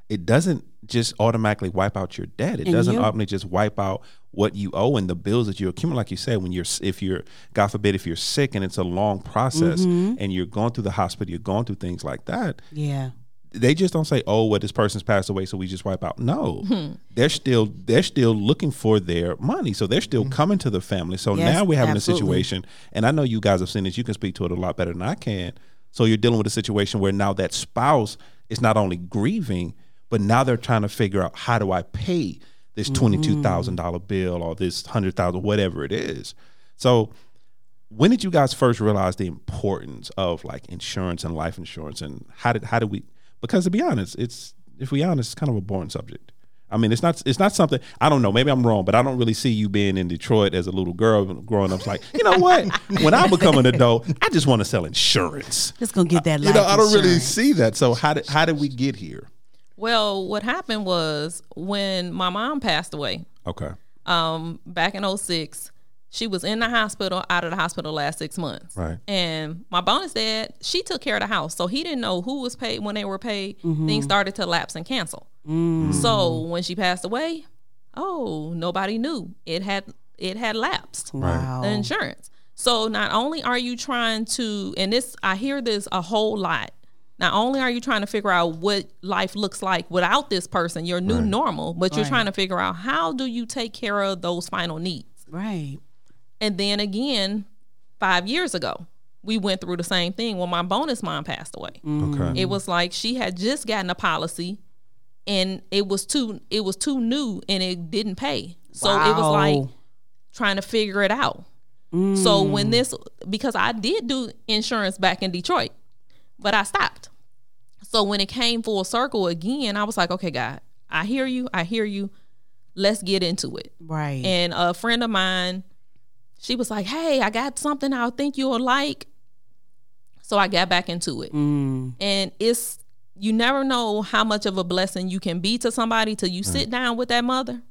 B: it doesn't just automatically wipe out your debt. It doesn't
A: you.
B: automatically just wipe out what you owe and the bills that you accumulate. Like you said, when you're if you're God forbid if you're sick and it's a long process and you're going through the hospital, you're going through things like that.
A: Yeah.
B: They just don't say, "Oh, well, this person's passed away, so we just wipe out." No,
A: Hmm.
B: they're still they're still looking for their money, so they're still coming to the family. So
A: Yes,
B: now we're having a
A: absolutely.
B: situation situation, and I know you guys have seen this. You can speak to it a lot better than I can. So you're dealing with a situation where now that spouse is not only grieving, but now they're trying to figure out how do I pay this twenty-two thousand dollar bill or this hundred thousand, whatever it is. So when did you guys first realize the importance of like insurance and life insurance, and how did how did we? Because to be honest, it's if we honest, it's kind of a boring subject. I mean, it's not it's not something I don't know. Maybe I'm wrong, but I don't really see you being in Detroit as a little girl growing up. It's like, you know what? when I become an adult, I just want to sell insurance.
A: Just gonna get that life
B: you know, I don't really
A: insurance.
B: see that. So how did how did we get here?
C: Well, what happened was when my mom passed away
B: Okay,
C: um, back in 06, she was in the hospital, out of the hospital last six months.
B: Right.
C: And my bonus dad, she took care of the house. So he didn't know who was paid when they were paid. Things started to lapse and cancel. So when she passed away, oh, nobody knew. It had it had lapsed
A: Wow.
C: the insurance. So not only are you trying to, and this I hear this a whole lot. Not only are you trying to figure out what life looks like without this person, your new normal, but you're
A: Right.
C: trying to figure out how do you take care of those final needs.
A: Right.
C: And then again, five years ago, we went through the same thing when my bonus mom passed away.
A: Mm.
B: okay,
C: It was like she had just gotten a policy and it was too it was too new and it didn't pay. So it was
A: Wow.
C: like trying to figure it out. So when this because I did do insurance back in Detroit, but I stopped. So when it came full circle again, I was like, okay, God, I hear you, I hear you. Let's get into it.
A: Right.
C: And a friend of mine, she was like, Hey, I got something I think you'll like. So I got back into it. And it's, you never know how much of a blessing you can be to somebody till you sit down with that mother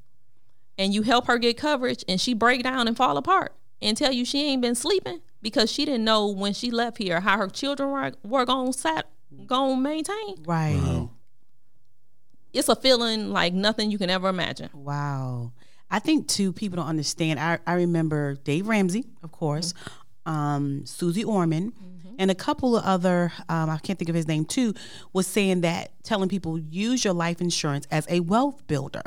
C: and you help her get coverage and she break down and fall apart and tell you she ain't been sleeping because she didn't know when she left here how her children were, were going sat going maintain.
A: right.
C: It's a feeling like nothing you can ever imagine.
A: Wow. I think too people don't understand. I, I remember Dave Ramsey, of course, um, Susie Orman, and a couple of other um, I can't think of his name too, was saying that telling people use your life insurance as a wealth builder.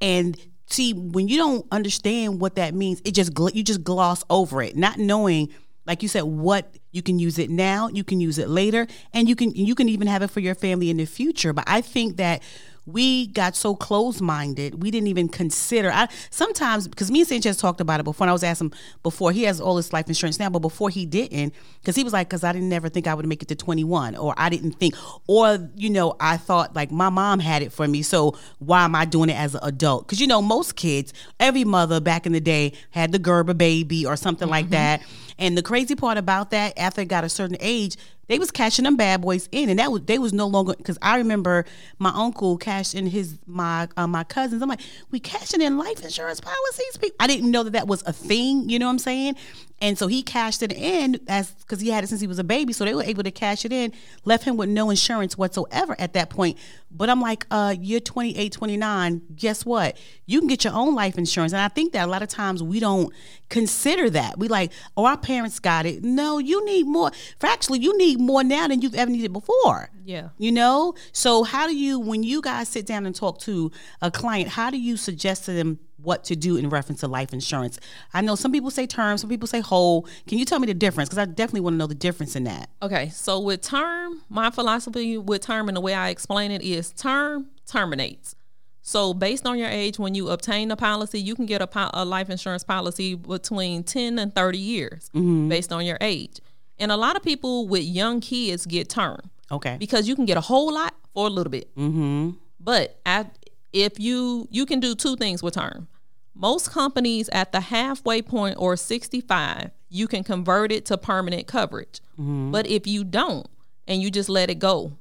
A: And see, when you don't understand what that means, it just gl- you just gloss over it, not knowing like you said what you can use it now you can use it later and you can you can even have it for your family in the future but i think that we got so closed-minded we didn't even consider i sometimes because me and sanchez talked about it before and i was asking him before he has all this life insurance now but before he didn't because he was like because i didn't ever think i would make it to 21 or i didn't think or you know i thought like my mom had it for me so why am i doing it as an adult because you know most kids every mother back in the day had the gerber baby or something like that and the crazy part about that, after it got a certain age, They was cashing them bad boys in, and that was they was no longer because I remember my uncle cashed in his my uh, my cousins. I'm like, we cashing in life insurance policies. Pe- I didn't know that that was a thing. You know what I'm saying? And so he cashed it in as because he had it since he was a baby, so they were able to cash it in. Left him with no insurance whatsoever at that point. But I'm like, uh, you're 28, 29. Guess what? You can get your own life insurance, and I think that a lot of times we don't consider that. We like, oh, our parents got it. No, you need more. For actually, you need more now than you've ever needed before.
C: Yeah.
A: You know? So, how do you, when you guys sit down and talk to a client, how do you suggest to them what to do in reference to life insurance? I know some people say term, some people say whole. Can you tell me the difference? Because I definitely want to know the difference in that.
C: Okay, so with term, my philosophy with term and the way I explain it is term terminates. So based on your age, when you obtain a policy, you can get a, po- a life insurance policy between ten and thirty years, based on your age. And a lot of people with young kids get term
A: Okay.
C: because you can get a whole lot for a little bit. Mm-hmm. But I, if you you can do two things with term, most companies at the halfway point or sixty five, you can convert it to permanent coverage. But if you don't and you just let it go,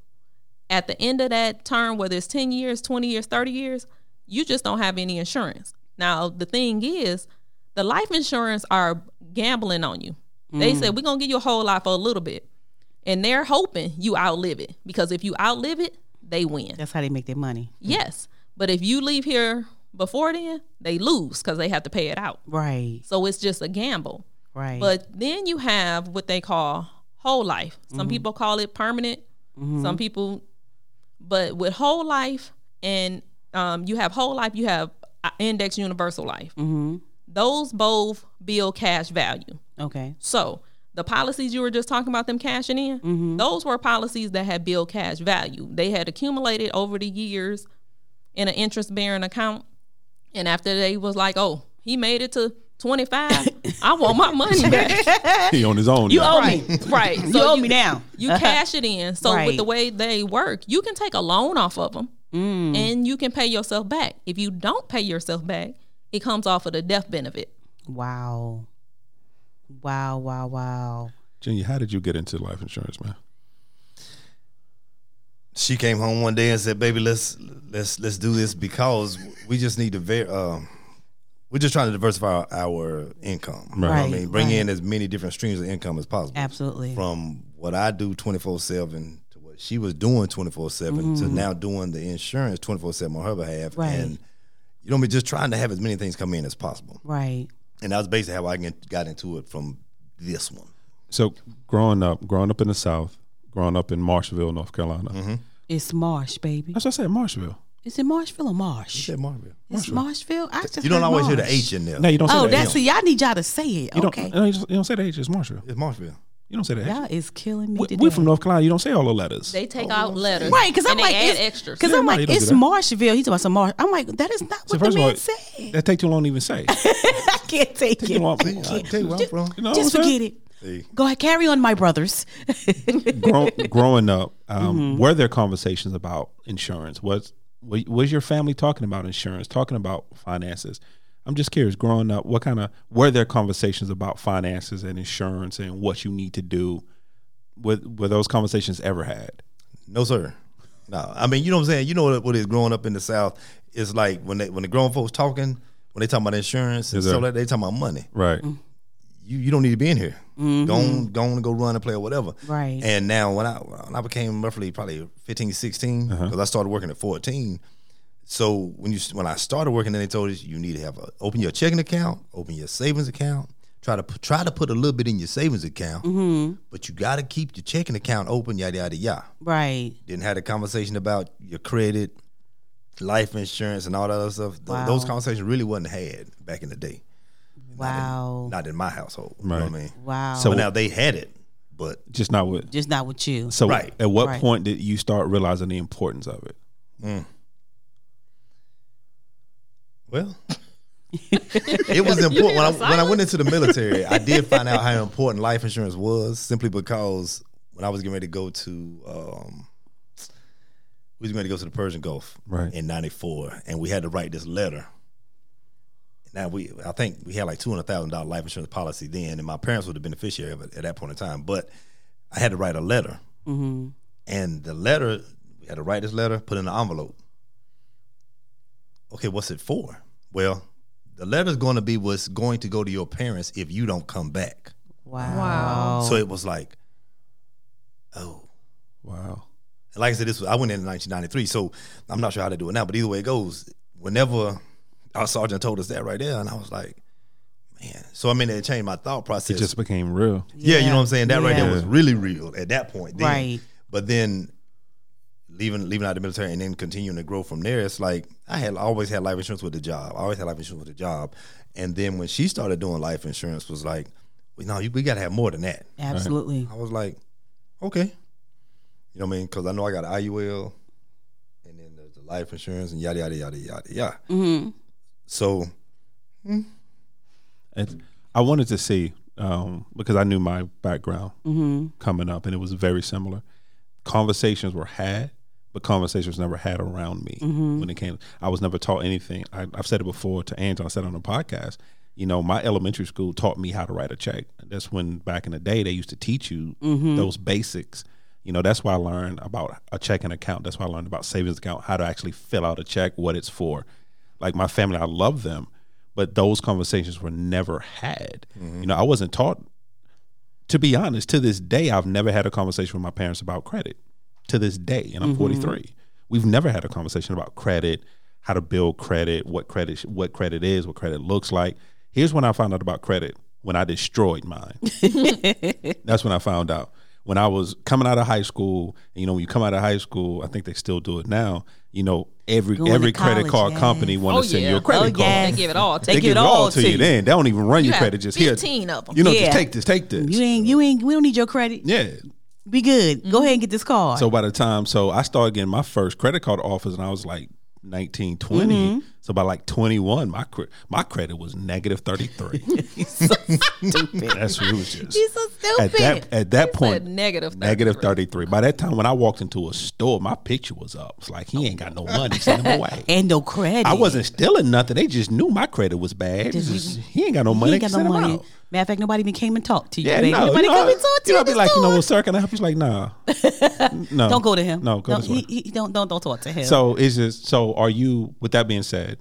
C: at the end of that term, whether it's ten years, twenty years, thirty years, you just don't have any insurance. Now the thing is, the life insurance are gambling on you. They said we're gonna give you a whole lot for a little bit and they're hoping you outlive it because if you outlive it, they win.
A: That's how they make their money.
C: Yes, but if you leave here before then, they lose because they have to pay it out.
A: Right.
C: So it's just a gamble.
A: Right.
C: But then you have what they call whole life. Some people call it permanent. Some people, but with whole life and um, you have whole life, you have uh, index universal life. Those both build cash value.
A: okay.
C: So the policies you were just talking about them cashing in, those were policies that had built cash value. They had accumulated over the years in an interest bearing account. And after they was like, oh, he made it to 25, I want my money back.
B: He on his own.
A: Eh, You
B: now.
A: owe me.
C: right. So
A: You owe me now.
C: You cash it in. So
A: Right.
C: with the way they work, you can take a loan off of them
A: Mm.
C: and you can pay yourself back. If you don't pay yourself back, it comes off of the death benefit.
A: Wow. Wow, wow, wow.
B: Junior, how did you get into life insurance, man?
D: she came home one day and said, "Baby, let's let's let's do this because we just need to ver- um we're just trying to diversify our, our income. You know what
A: Right,
D: I mean, bring
A: right.
D: in as many different streams of income as possible.
A: Absolutely.
D: From what I do twenty four seven to what she was doing twenty four seven to now doing the insurance twenty four seven on her behalf,
A: Mm-hmm. Right.
D: and you know, I mean, just trying to have as many things come in as possible.
A: Right.
D: And that was basically how I get, got into it from this one.
B: So growing up, growing up in the South, growing up in Marshville, North Carolina.
A: It's Marsh, baby.
B: That's what I said, Marshville.
A: Is it Marshville or Marsh? It's Marshville. I just
D: You don't
A: heard
D: always hear the
A: Marsh.
D: H in there.
B: No, you don't say
A: Oh,
B: that.
A: that's see, y'all need y'all to say it.
B: you don't,
A: okay.
B: no, you, just- you don't say the H. It's Marshville.
D: It's Marshville.
B: You don't say the H.
A: Y'all is killing me
B: We-
A: today.
B: We're from North Carolina. You don't say all the letters.
C: They take out letters.
A: Oh, Right, because I'm
C: and they
A: like,
C: add
A: it's-
C: extras.
A: Cause
B: Yeah,
A: I'm
B: no, you
A: like,
B: don't
A: it's
B: do that.
A: Marshville. He's talking about some Marsh. I'm like, that is not
B: so
A: what the
B: first
A: man
B: of all,
A: said.
B: that take too long to even say.
A: I can't take it.
B: You know what I'm-
D: I'll tell you where I'm from.
B: you know what
A: Just
B: I'm saying?
A: forget it. Go ahead, carry on, my brothers.
B: Grow, growing up, um,
A: Mm-hmm.
B: were there conversations about insurance? Was wa- was your family talking about insurance? Talking about finances? I'm just curious. Growing up, what kind of were there conversations about finances and insurance and what you need to do? Were, were those conversations ever had?
D: No, sir. No, I mean, you know what I'm saying. You know what, what is growing up in the South. It's like when they, when the grown folks talking, when they talking about insurance and
B: Yes, sir.
D: stuff like that, they talking about money.
B: Right.
D: You you don't need to be in here.
B: Mm-hmm.
D: Go on, go on and go run and play or whatever.
A: Right.
D: And now when I when I became roughly probably 15, 16,
B: Uh-huh.
D: because I started working at 14. So when you when I started working, then they told us you need to have a, open your checking account, open your savings account. Try to pu- try to put a little bit in your savings account,
B: Mm-hmm.
D: but you got to keep your checking account open. Yada yada yada
A: Right.
D: didn't have a conversation about your credit, life insurance, and all that other stuff. Th-
A: Wow.
D: Those conversations really wasn't had back in the day.
A: Wow.
D: Not in my household. You know what I
B: Right.
D: mean?
A: wow.
B: So-
D: But now they had it. But
B: Just not with
A: Just not with you.
B: So
D: Right.
B: at what
A: Right.
B: point did you start realizing the importance of it?
D: well, it was important when I,
C: need a
D: when I went into the military. I did find out how important life insurance was simply because when I was getting ready to go to um, we was going to go to the Persian Gulf
B: Right.
D: in '94, and we had to write this letter. Now we, I think we had like two hundred thousand dollar life insurance policy then, and my parents were the beneficiary of it at that point in time. But I had to write a letter,
A: Mm-hmm.
D: and the letter we had to write this letter, put it in an envelope. Okay, what's it for? Well, the letter's going to be what's going to go to your parents if you don't come back.
A: Wow.
C: Wow.
D: So it was like, oh,
B: Wow.
D: and like I said, this was, I went in in 1993, so I'm not sure how to do it now. But either way it goes, whenever our sergeant told us that right there, and I was like, man. So I mean, it changed my thought process.
B: It just became real.
D: yeah, you know what I'm saying. That right
A: Yeah.
D: there was really real at that point. Then.
A: Right.
D: But then leaving leaving out the military and then continuing to grow from there, it's like I had I always had life insurance with the job. I always had life insurance with the job. And then when she started doing life insurance, was like, well, no, you, we got to have more than that.
A: Absolutely.
D: I was like, okay. You know what I mean? Because I know I got IUL and then there's the life insurance and yada, yada, yada, yada, yada.
A: Mm-hmm.
D: So,
B: It's, I wanted to see um, because I knew my background coming up, and it was very similar. Conversations were had, but conversations never had around me when it came. I was never taught anything. I, I've said it before to Angela. I said it on the podcast. You know, my elementary school taught me how to write a check. That's when back in the day they used to teach you those basics. You know, that's why I learned about a checking account. That's why I learned about savings account, how to actually fill out a check, what it's for. Like my family, I love them, but those conversations were never had. You know, I wasn't taught to be honest, to this day, I've never had a conversation with my parents about credit. To this day, and I'm
A: Mm-hmm.
B: 43. We've never had a conversation about credit, how to build credit, what credit, what credit is, what credit looks like. Here's when I found out about credit: when I destroyed mine. That's when I found out. When I was coming out of high school, and, you know, when you come out of high school, I think they still do it now. You know, every
A: Going to
B: every credit
A: college,
B: card
A: yeah.
B: company want to
C: Oh,
B: send
C: yeah.
B: you a credit
A: Oh,
B: card.
A: yeah.
C: They give it all.
A: They
C: Take
A: give it
C: it
A: all
C: all
A: to you.
B: then. They don't even run your
C: have
B: credit. Just here,
C: 15 of 'em.
B: You know,
A: Yeah.
B: just take this, take this.
A: You ain't you ain't we don't need your credit.
B: yeah,
A: We good.
C: Mm-hmm.
A: Go ahead and get this card.
B: So by the time, so I started getting my first credit card offers, and I was like 19, 20.
A: Mm-hmm.
B: So by like 21, my cre- my credit was negative 33. That's what it was just.
A: She's so
B: At that, at that
C: Said
B: point,
C: negative 33.
B: negative 33. By that time, when I walked into a store, my picture was up. It's like, he ain't got no money. Send him away.
A: and no credit.
B: I wasn't stealing nothing. They just knew my credit was bad. It's just, he ain't got no
A: He
B: money.
A: ain't got no
B: Send him
A: money.
B: out.
A: Matter of fact, nobody even came and talked to you.
B: Yeah,
A: baby.
B: no.
A: nobody
B: you know,
A: come and talked to you.
B: you know,
A: at
B: I'd be
A: the
B: like, you know
A: store.
B: what, sir? Can I help you? She's like, nah, no.
A: Don't go to him.
B: No, go
A: don't,
B: this way.
A: He, he, don't don't don't talk to him.
B: So it's just so. Are you? With that being said,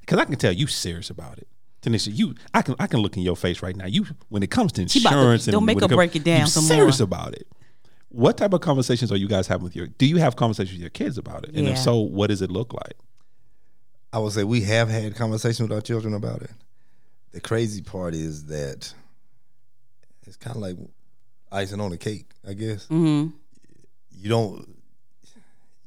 B: because I can tell you serious about it, Tanisha. You, I can, I can look in your face right now. You, when it comes to
A: about to-
B: insurance,
A: don't
B: and
A: make
B: when
A: her
B: come-
A: break it down
B: You
A: some
B: serious about it? What type of conversations are you guys having with your? Do you have conversations with your kids about it? And if
A: Yeah.
B: so, what does it look like?
D: I would say we have had conversations with our children about it. The crazy part is that it's kind of like icing on a cake, I guess.
C: Mm-hmm.
D: You don't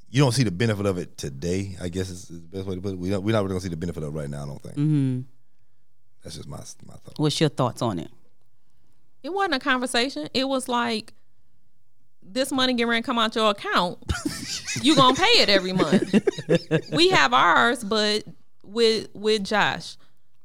D: you don't see the benefit of it today. I guess is is the best way to put it. We don't, we're not really gonna see the benefit of it right now. I don't think.
C: Mm-hmm.
D: That's just my my thought.
A: What's your thoughts on it?
C: It wasn't a conversation. It was like this money getting ready to come out your account. you gonna pay it every month. we have ours, but with with Josh,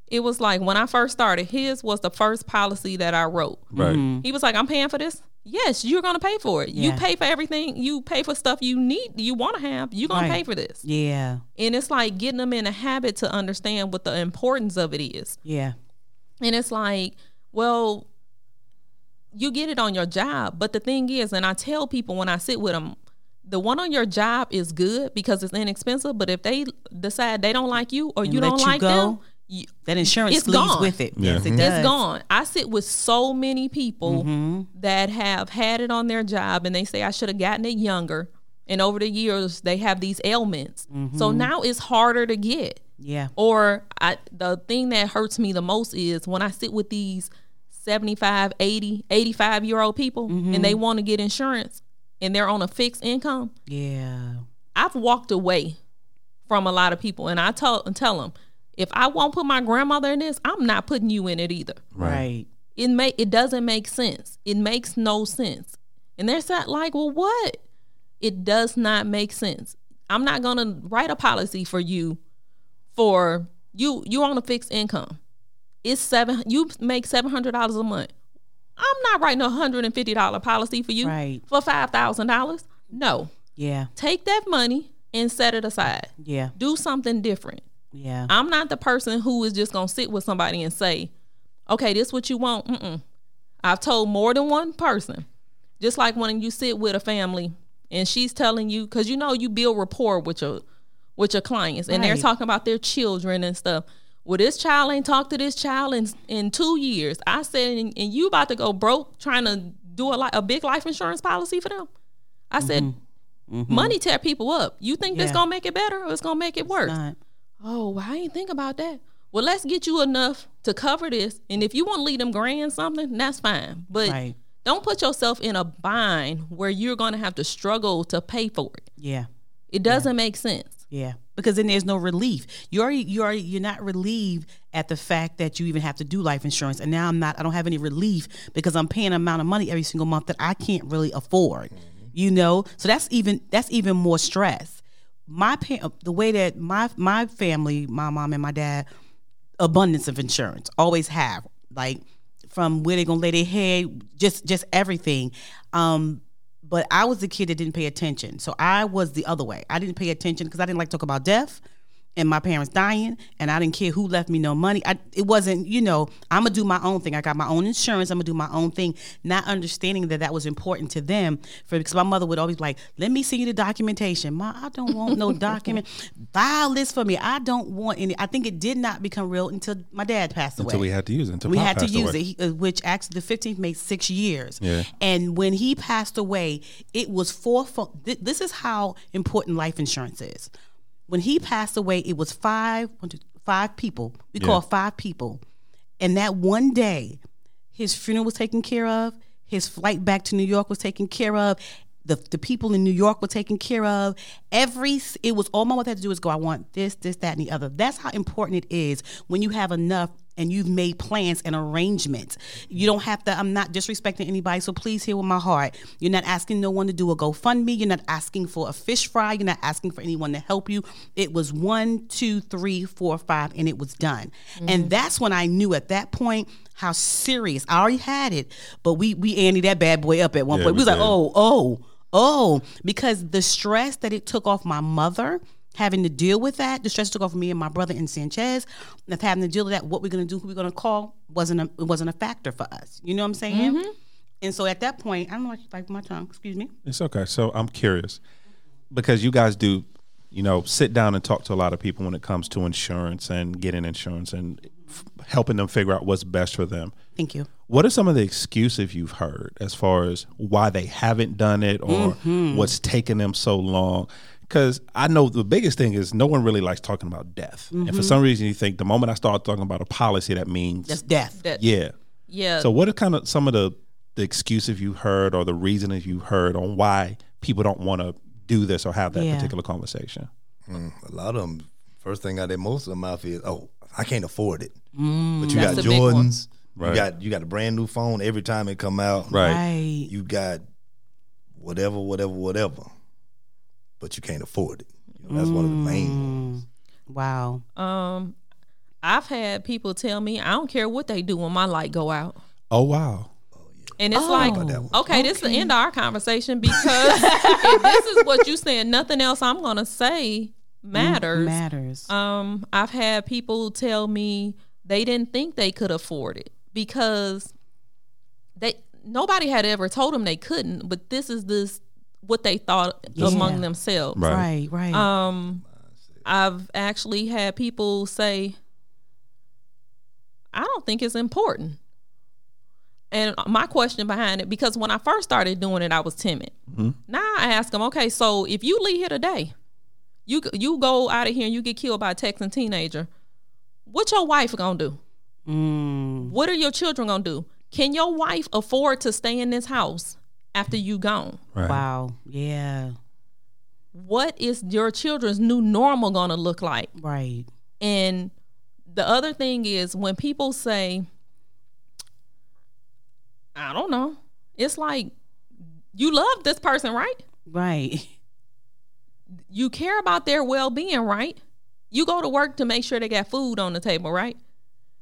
C: it was like when I first started, his was the first policy that I wrote.
B: Right.
A: Mm-hmm.
C: He was like, I'm paying for this. Yes, you're gonna pay for it. You
A: Yeah.
C: pay for everything. You pay for stuff you need you wanna have. you gonna
A: Right.
C: pay for this.
A: Yeah,
C: And it's like getting them in a habit to understand what the importance of it is.
A: yeah,
C: And it's like, well, you get it on your job. But the thing is, and I tell people when I sit with them, the one on your job is good because it's inexpensive. But if they decide they don't like you or you
A: let
C: don't
A: you
C: like them,
A: go?
C: you,
A: that insurance
C: It's
A: leaves
C: gone.
A: with it.
B: Yeah.
A: Yes, it
B: Mhm.
A: does.
C: it's gone. I sit with so many people
A: Mm-hmm.
C: that have had it on their job and they say, I should have gotten it younger. And over the years, they have these ailments. So
A: Mm-hmm.
C: now it's harder to get
A: Yeah,
C: or I, the thing that hurts me the most is when i sit with these 75 80 85 year old people and they want to get insurance and they're on a fixed income
A: yeah,
C: i've walked away from a lot of people and i tell, tell them if i won't put my grandmother in this i'm not putting you in it either
A: right.
C: it may it doesn't make sense. It makes no sense. And they're sat like, well, what? It does not make sense. I'm not gonna write a policy for you for you you on a fixed income. It's seven you make seven hundred dollars a month. I'm not writing a hundred and fifty dollar policy for you
A: Right.
C: for five thousand dollars. No.
A: Yeah,
C: Take that money and set it aside.
A: yeah,
C: Do something different.
A: yeah.
C: I'm not the person who is just gonna sit with somebody and say, "Okay, this what you want." Mm-mm. I've told more than one person, Just like when you sit with a family and she's telling you, because you know you build rapport with your with your clients, and they're
A: Right.
C: talking about their children and stuff. Well, this child ain't talked to this child in in two years. I said, and, and you about to go broke trying to do a li- a big life insurance policy for them. I said, money tear people up. You think this
A: Mm-hmm. Yeah.
C: gonna make it better or it's gonna make it worse?
A: Not-
C: Oh, well, I ain't think about that. Well, let's get you enough to cover this. And if you want to leave them grand something, that's fine. But
A: Right.
C: don't put yourself in a bind where you're going to have to struggle to pay for it.
A: yeah.
C: It doesn't make sense.
A: Yeah, because then there's no relief. You already, you already, you're not relieved at the fact that you even have to do life insurance, and now I'm not. I don't have any relief because I'm paying an amount of money every single month that I can't really afford. You know, so that's even that's even more stress. My pa- the way that my my family, my mom and my dad, abundance of insurance always have like from where they're gonna lay their head just just everything um but i was the kid that didn't pay attention so i was the other way i didn't pay attention because i didn't like to talk about death and my parents dying and i didn't care who left me no money I, it wasn't you know i'm gonna do my own thing i got my own insurance i'm gonna do my own thing not understanding that that was important to them for because my mother would always like let me see you the documentation ma i don't want no document file this for me i don't want any i think it did not become real until my dad passed away
B: Until we had to use it. Until
A: we
B: Pop
A: had to
B: passed
A: use
B: away.
A: it, he- uh, which actually the 15th made six years.
B: Yeah.
A: And when he passed away, it was four. fo- thi- This is how important life insurance is. When he passed away, it was five, one, two, five people. We call five people. And that one day, his funeral was taken care of. His flight back to New York was taken care of. The, the people in New York were taken care of. Every s- it was all my mother had to do is go. I want this, this, that, and the other. That's how important it is when you have enough and you've made plans and arrangements. You don't have to. I'm not disrespecting anybody, so please hear with my heart. You're not asking no one to do a GoFundMe. You're not asking for a fish fry. You're not asking for anyone to help you. It was one, two, three, four, five, and it was done. And that's when I knew at that point how serious. I already had it, but we we Andy that bad boy up at one
B: Yeah,
A: point.
B: we
A: We was like,
B: did.
A: oh, oh, oh, because the stress that it took off my mother having to deal with that, the stress it took off me and my brother and Sanchez, of having to deal with that, what we're gonna do, who we're gonna call, wasn't a, it wasn't a factor for us. You know what I'm saying? And so at that point, I don't like like my tongue. Excuse me.
B: It's okay. So I'm curious because you guys do, you know, sit down and talk to a lot of people when it comes to insurance and getting insurance and f- helping them figure out what's best for them.
A: Thank you.
B: What are some of the excuses you've heard as far as why they haven't done it or
A: Mm-hmm.
B: what's taking them so long? Because I know the biggest thing is no one really likes talking about death. And
A: Mm-hmm.
B: for some reason, you think the moment I start talking about a policy, that means
A: That's death.
C: That,
B: yeah.
C: yeah.
B: So, what are kind of some of the the excuses you heard or the reasonings you heard on why people don't want to do this or have that
A: Yeah.
B: particular conversation?
D: A lot of them, first thing out of most of them mouth is, oh, I can't afford it. but you
C: Mm, That's
D: got
C: the big one.
D: Jordans.
B: Right.
D: You got you got a brand new phone every time it come out.
A: Right.
D: You got whatever, whatever, whatever. But you can't afford it. You know, that's one of the main ones.
A: Wow.
C: um, I've had people tell me, I don't care what they do when my light go out.
B: Oh wow.
C: And it's
A: Oh.
C: like,
A: About
C: okay,
D: that one.
C: this is the end of our conversation because if this is what you saying, nothing else I'm going to say
A: Mm,
C: matters.
A: Matters.
C: Um, I've had people tell me they didn't think they could afford it because they nobody had ever told them they couldn't, but this is this what they thought
A: Yeah.
C: among themselves.
A: right. Right.
C: Um, I've actually had people say, I don't think it's important. And uh, my question behind it, because when I first started doing it, I was timid. Now I ask them, okay, so if you leave here today, you you go out of here and you get killed by a Texan teenager, what your wife gonna do?
A: Mm.
C: What are your children gonna do? Can your wife afford to stay in this house after you gone?
B: Right.
A: Wow. Yeah.
C: What is your children's new normal gonna look like?
A: Right.
C: And the other thing is when people say, I don't know, it's like, you love this person, right?
A: Right.
C: You care about their well being, right? You go to work to make sure they got food on the table, right?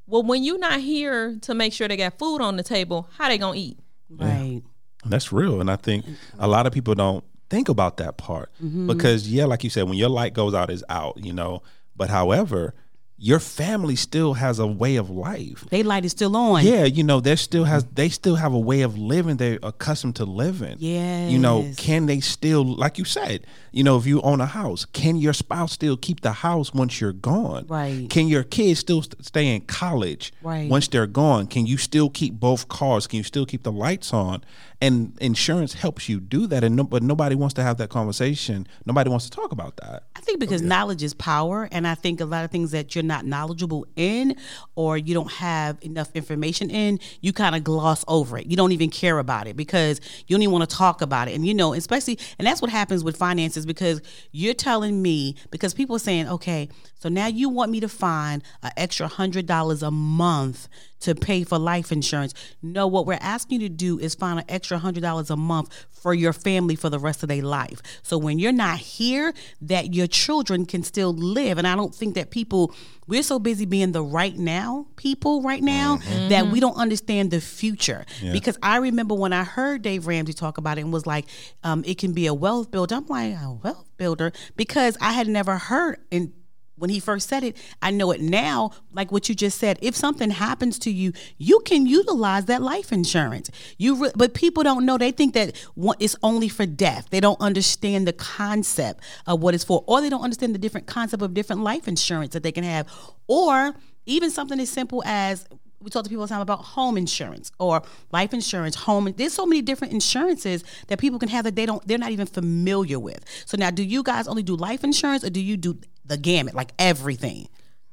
C: Well, when you're not here to make sure they got food on the table, how they gonna eat?
A: Right.
B: And that's real. And I think a lot of people don't think about that part because, yeah, like you said, when your light goes out, is out, you know. But however, your family still has a way of life.
A: They light is still on.
B: Yeah, you know, they still has they still have a way of living they're accustomed to living. You know,
A: Yes.
B: can they still like you said, you know, if you own a house, can your spouse still keep the house once you're gone?
A: Right.
B: Can your kids still st- stay in college
A: Right.
B: once they're gone? Can you still keep both cars? Can you still keep the lights on? And insurance helps you do that and no, but nobody wants to have that conversation. Nobody wants to talk about that.
A: I think because knowledge is power, and I think a lot of things that you're not knowledgeable in, or you don't have enough information in, you kind of gloss over it. You don't even care about it because you don't even want to talk about it. And you know, especially, and that's what happens with finances because you're telling me because people are saying, okay, so now you want me to find an extra hundred dollars a month to pay for life insurance. No, what we're asking you to do is find an extra hundred dollars a month for your family for the rest of their life. So when you're not here, that your children can still live. And I don't think that people we're so busy being the right now people right now that we don't understand the future. Because I remember when I heard Dave Ramsey talk about it and was like, um, it can be a wealth builder. I'm like, a wealth builder? Because I had never heard in when he first said it, I know it now, like what you just said. If something happens to you, you can utilize that life insurance. You, re- but people don't know. They think that one, it's only for death. They don't understand the concept of what it's for, or they don't understand the different concept of different life insurance that they can have, or even something as simple as we talk to people all the time about home insurance or life insurance, home. There's so many different insurances that people can have that they don't, they're not even familiar with. So now, do you guys only do life insurance, or do you do the gamut, like everything?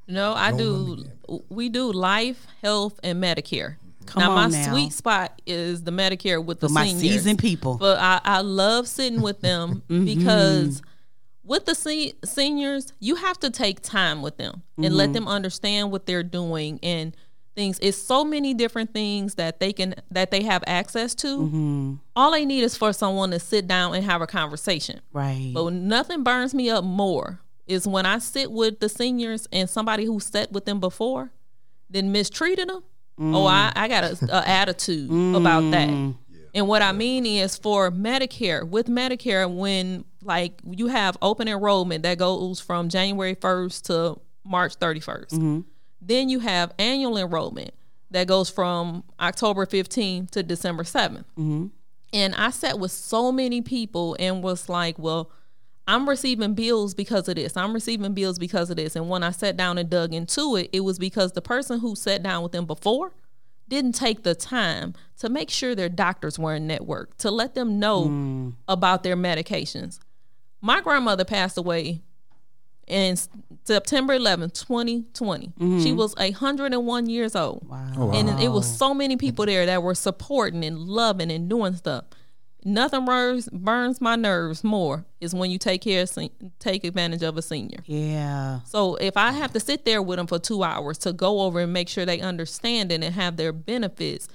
C: No, I do. We do life, health, and Medicare.
A: Come
C: now,
A: on
C: my
A: now.
C: sweet spot is the Medicare with the
A: For my
C: seniors.
A: seasoned people.
C: But I, I love sitting with them because with the se- seniors, you have to take time with them and let them understand what they're doing and things. It's so many different things that they can that they have access to. All they need is for someone to sit down and have a conversation.
A: Right.
C: But nothing burns me up more is when I sit with the seniors and somebody who sat with them before, then mistreating them. Oh, I, I got a, a attitude about that. And what I mean is for Medicare, with Medicare, when like you have open enrollment that goes from January 1st to March 31st, then you have annual enrollment that goes from October 15th to December 7th. And I sat with so many people and was like, well, I'm receiving bills because of this. I'm receiving bills because of this. And when I sat down and dug into it, it was because the person who sat down with them before didn't take the time to make sure their doctors were in network, to let them know about their medications. My grandmother passed away in S- September 11, 2020. She was 101 years old. Oh, Wow. And it was so many people there that were supporting and loving and doing stuff. Nothing burns, burns my nerves more is when you take care of sen- take advantage of a senior.
A: Yeah.
C: So if I have to sit there with them for two hours to go over and make sure they understand it and have their benefits,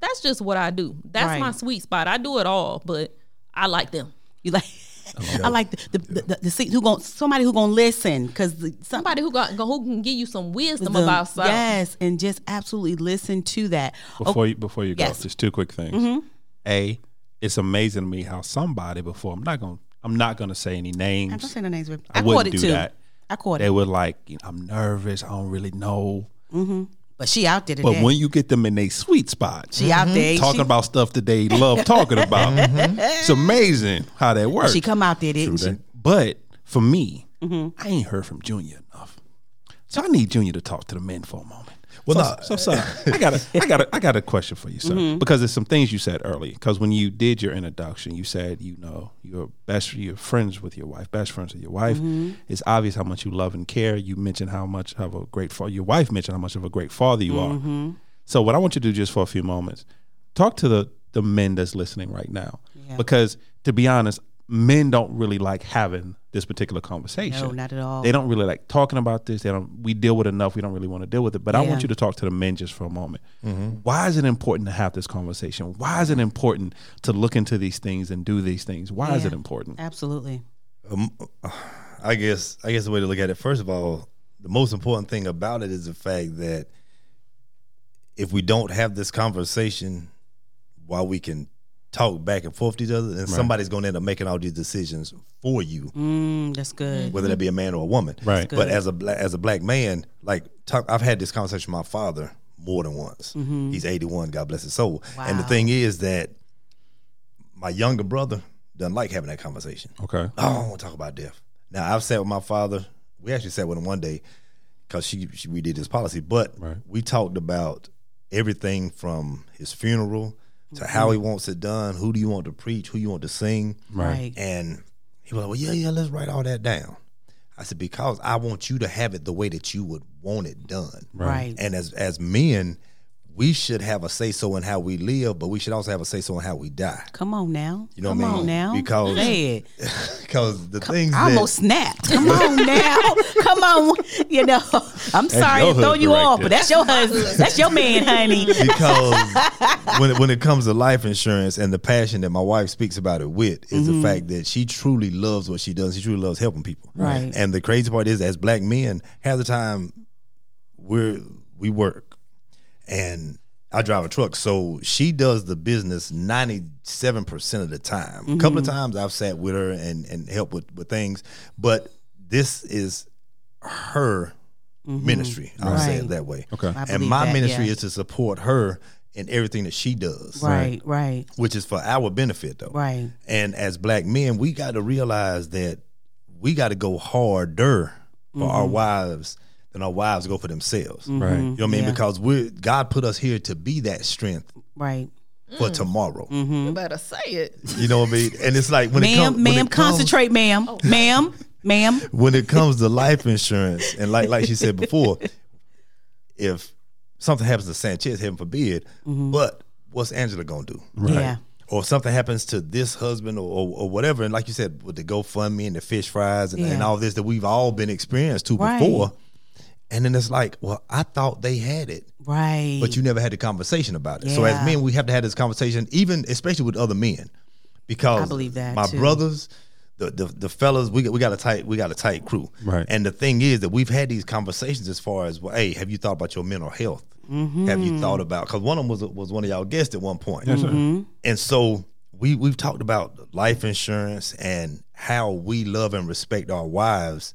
C: that's just what I do. That's
A: Right.
C: my sweet spot. I do it all, but I like them.
A: You like. I like the the, the, the, the who gon' somebody who gonna listen because somebody
C: Somebody who got who can give you some wisdom
A: the-
C: about something.
A: yes and just absolutely listen to that.
B: before you before you go,
A: Oh, Yes. Mm-hmm.
B: just two quick things. A, it's amazing to me how somebody before I'm not gonna I'm not gonna say any names.
A: I don't say no names. But
B: I
A: I, caught
B: wouldn't
A: it
B: do
A: too.
B: that.
A: I caught
B: They
A: it,
B: were like, you know, I'm nervous. I don't really know.
A: but she out there
B: But
A: today.
B: when you get them in their sweet spot, Mm-hmm.
A: she out there
B: talking
A: she,
B: about stuff that they love talking about,
A: Mm-hmm.
B: it's amazing how that works.
A: she come out there, didn't she?
B: But for me, I ain't heard from Junior enough, so I need Junior to talk to the men for a moment. Well, so, so sorry. I got a, I got a, I got a question for you, sir, because there's some things you said earlier. Because when you did your introduction, you said you know you're best, you're friends with your wife, best friends with your wife. It's obvious how much you love and care. You mentioned how much of a great father your wife mentioned how much of a great father you are. So what I want you to do just for a few moments, talk to the the men that's listening right now, because to be honest, men don't really like having this particular conversation.
A: No, not at all.
B: They don't really like talking about this. They don't. We deal with enough. We don't really want to deal with it. But I want you to talk to the men just for a moment. Why is it important to have this conversation? Why is it important to look into these things and do these things? Why is
A: Yeah.
B: it important?
A: Absolutely.
D: Um, uh, I guess I guess the way to look at it, first of all, the most important thing about it is the fact that if we don't have this conversation while we can talk back and forth to each other, then somebody's going to end up making all these decisions for you,
A: Mm, that's good.
D: whether that be a man or a woman.
B: Right. That's
D: But as a black, as a black man, like talk, I've had this conversation with my father more than once.
B: Mm-hmm.
D: He's 81, God bless his soul. And the
A: Wow.
D: thing is that my younger brother doesn't like having that conversation.
B: Okay.
D: Oh, I don't want to talk about death. Now I've sat with my father. We actually sat with him one day because she, she we did this policy, but
B: Right.
D: we talked about everything from his funeral to
B: Mm-hmm.
D: how he wants it done. Who do you want to preach? Who you want to sing?
A: Right.
D: And he was like, "Well, yeah, yeah, let's write all that down." I said, "Because I want you to have it the way that you would want it done."
A: Right.
D: And as as men, we should have a say so in how we live, but we should also have a say so in how we die.
A: Come on now.
D: You know
A: Come
D: what I mean?
A: on now.
D: Because-
A: Say it.
D: Because the things
A: I
D: that-
A: almost snapped. Come on now. Come on. You know, I'm sorry to
B: your
A: throw
B: husband
A: you
B: right
A: off,
B: there.
A: but that's your husband. That's your man, honey.
D: because when it, when it comes to life insurance and the passion that my wife speaks about it with is
A: Mm-hmm.
D: the fact that she truly loves what she does. She truly loves helping people.
A: Right.
D: And the crazy part is, as black men, half the time we're we work, and I drive a truck, so she does the business ninety seven percent of the time. A couple of
A: Mm-hmm.
D: times I've sat with her and and helped with with things, but this is her ministry. I'll
A: Mm-hmm.
D: say
A: Right.
D: it that way.
B: Okay.
A: I
D: And
A: believe
D: my
A: that,
D: ministry
A: yeah.
D: is to support her in everything that she does,
A: Right, right,
D: which is for our benefit, though.
A: right.
D: And as black men, we got to realize that we got to go harder for our
A: Mm-hmm.
D: wives than our wives go for themselves.
B: Right.
D: You know what I mean?
A: Yeah.
D: Because we God put us here to be that strength
A: Right.
D: for
A: Mm.
D: tomorrow.
C: You better say it.
D: You know what I mean? And it's like when it
A: Mm-hmm. Ma'am,
D: comes,
A: ma'am, concentrate, ma'am.
C: Oh.
A: Ma'am, ma'am.
D: when it comes to life insurance, and like like she said before, if something happens to Sanchez, heaven forbid,
A: Mm-hmm.
D: but what's Angela gonna do?
A: Yeah.
D: Or if something happens to this husband or, or, or whatever, and like you said, with the GoFundMe and the fish fries and, and
A: Yeah.
D: all this that we've all been experienced to
A: Right.
D: before, and then it's like, well, I thought they had it,
A: Right.
D: but you never had the conversation about it. So as
A: Yeah.
D: men, we have to have this conversation, even especially with other men, because
A: I believe that,
D: my
A: too.
D: brothers, the, the the fellas, we got, we got a tight we got a tight crew,
B: Right.
D: And the thing is that we've had these conversations as far as well, hey, have you thought about your mental health?
A: Mm-hmm.
D: Have you thought about because one of them was was one of y'all guests at one point,
A: Mm-hmm.
D: and so we we've talked about life insurance and how we love and respect our wives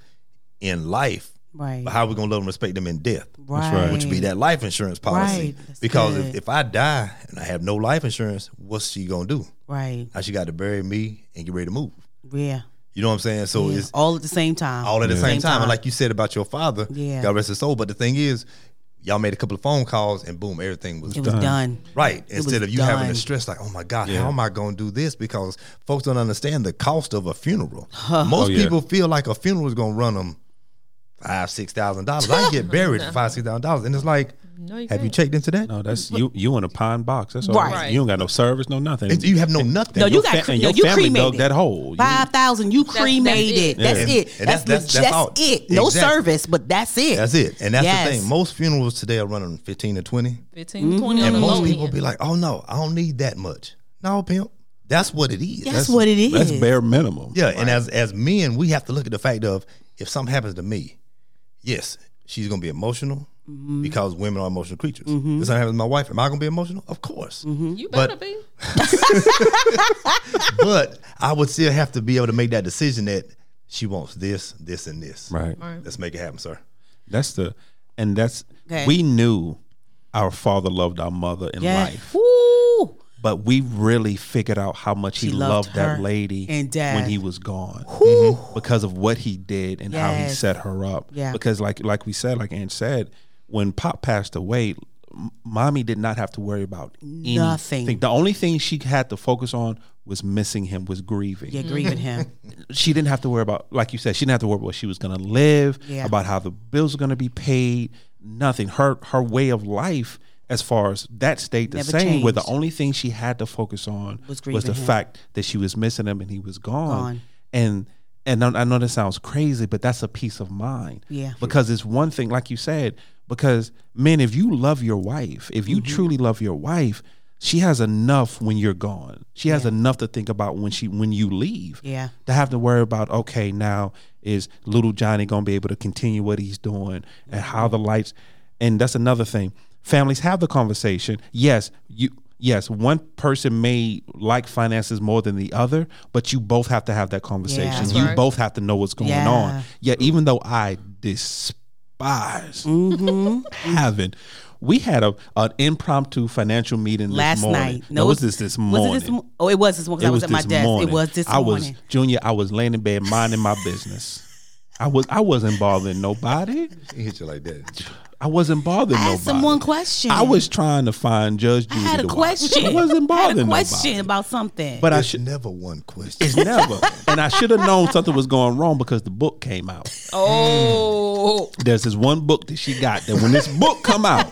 D: in life,
A: right.
D: but how we gonna love and respect them in death,
A: right.
B: right.
D: which would be that life insurance policy.
A: Right, that's
D: Because if,
A: good.
D: if I die and I have no life insurance, what's she gonna do?
A: Right.
D: Now she got to bury me and get ready to move.
A: Yeah.
D: You know what I'm saying? So
A: yeah.
D: it's
A: All at the same time.
D: all at the same,
A: Same
D: time.
A: time.
D: And like you said about your father,
A: Yeah.
D: God rest his soul. But the thing is, y'all made a couple of phone calls and boom, everything was,
A: it was
D: done.
A: done.
D: Right.
A: was
D: Instead of you having
A: done.
D: the stress, like, oh my God, how am I going to do this? Because folks don't understand the cost of a funeral. Most
B: Oh, yeah.
D: people feel like a funeral is going to run them five, six thousand dollars. I can get buried for five, six thousand dollars, and it's like,
C: No, you
D: have you
C: can't.
D: checked into that?
B: No, that's you. You in a pine box. That's all.
A: Right.
B: Right. You don't got no service, no nothing.
D: It's- you have no nothing.
A: No, you
B: Your
A: got cre-
B: and
A: no,
B: your
A: you
B: family
A: cremated.
B: dug that hole. You-
A: Five thousand, you
C: that's
A: cremated.
C: it.
A: That's
D: And-
A: it.
D: and
A: That's
D: that's-
A: that's,
D: that's- that's all.
A: it. No
D: Exactly.
A: service, but that's it.
D: That's it. And that's
A: Yes.
D: the thing. Most funerals today are running 15 to 20.
C: 15, 20 on
D: Mm-hmm. And
A: Mm-hmm.
C: the
D: most
C: low
D: people
C: end.
D: be like, oh no, I don't need that much. No, pimp. That's what it is.
A: That's, what it is.
B: That's bare minimum.
D: yeah. And as as men, we have to look at the fact of if something happens to me, yes, she's gonna be emotional
A: Mm-hmm.
D: because women are emotional creatures. If something happens to my wife, am I gonna be emotional? Of course.
A: Mm-hmm.
C: you better
D: but-
C: be.
D: But I would still have to be able to make that decision that she wants this, this, and this.
B: Right.
D: Let's make it happen, sir.
B: That's the, and that's
A: Okay.
B: we knew our father loved our mother in
A: Yeah.
B: life.
A: Woo.
B: but we really figured out how much he
A: She
B: loved,
A: loved
B: that
A: her
B: lady
A: and dad.
B: when he was gone Mm-hmm. because of what he did and how he
A: Yes.
B: set her up.
A: Yeah.
B: Because like like we said, like Ann said, when Pop passed away, m- mommy did not have to worry about
A: Nothing.
B: anything. The only thing she had to focus on was missing him, was grieving.
A: You agree with him.
B: She didn't have to worry about, like you said, she didn't have to worry about where she was gonna live,
A: Yeah.
B: about how the bills were gonna be paid, nothing. Her her way of life as far as that stayed the
A: Never
B: same where the
A: changed.
B: only thing she had to focus on
A: Was
B: was the
A: grieving him.
B: fact that she was missing him and he was gone.
A: Gone.
B: And and I I know that sounds crazy, but that's a peace of mind.
A: Yeah.
B: Because it's one thing, like you said, because man, if you love your wife, if you
A: Mm-hmm.
B: truly love your wife, she has enough when you're gone. She has enough to think about when she when you leave.
A: Yeah.
B: To have to worry about, okay, now is little Johnny gonna be able to continue what he's doing
A: Mm-hmm.
B: and how the lights and that's another thing. Families have the conversation. Yes, you yes, one person may like finances more than the other, but you both have to have that conversation.
A: That's
B: You
C: right.
B: both have to know what's going
A: Yeah.
B: on. Yeah, even though I despise
A: Mm-hmm.
B: having, we had a an impromptu financial meeting this
A: Last
B: morning.
A: night.
B: No, was this this morning?
A: Was it this mo- oh, it was this morning. 'cause I was, at my
B: this
A: desk.
B: morning.
A: It was this
B: I was
A: morning.
B: junior. I was laying in bed minding my business. I was I wasn't bothering nobody.
D: He hit you like that.
B: I wasn't bothering
A: I
B: nobody.
A: asked him one question.
B: I was trying to find Judge
A: I
B: Judy.
A: had a
B: to watch.
A: question.
B: I wasn't
A: I had
B: bothering
A: a question
B: nobody.
A: about something.
B: But I
D: There's
B: should
D: never one question.
B: it's never. and I should have known something was going wrong because the book came out.
C: Oh,
B: There's this one book that she got that when this book come out.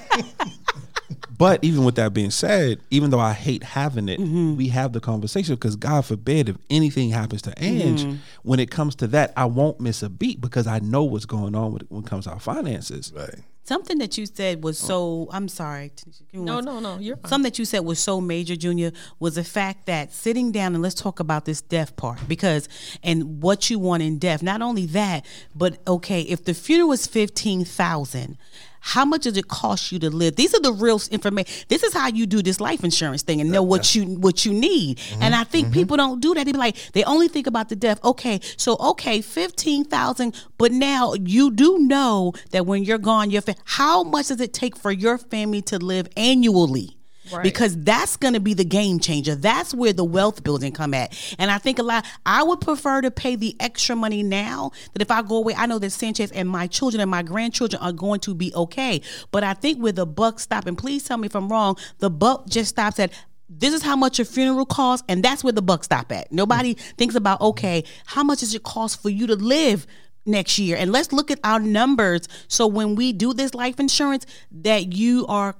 B: But even with that being said, even though I hate having it, we have the conversation because God forbid if anything happens to Ange, when it comes to that, I won't miss a beat because I know what's going on with, when it comes to our finances.
D: Right.
A: something that you said was so. I'm sorry. Tanisha, give me one
C: no,
A: second.
C: no, no. You're fine.
A: Something that you said was so major, Junior, was the fact that sitting down and let's talk about this death part because, and what you want in death. Not only that, but okay, if the funeral is fifteen thousand, how much does it cost you to live? These are the real information. This is how you do this life insurance thing and know what you what you need. And I think people don't do that. They be like, they only think about the death. Okay, so okay, fifteen thousand, but now you do know that when you're gone, your fa- how much does it take for your family to live annually?
C: Right.
A: because that's going to be the game changer that's where the wealth building come at and i think a lot i would prefer to pay the extra money now that if i go away i know that sanchez and my children and my grandchildren are going to be okay but i think where the buck stop and please tell me if i'm wrong the buck just stops at this is how much your funeral costs and that's where the buck stop at nobody thinks about okay how much does it cost for you to live next year and let's look at our numbers so when we do this life insurance that you are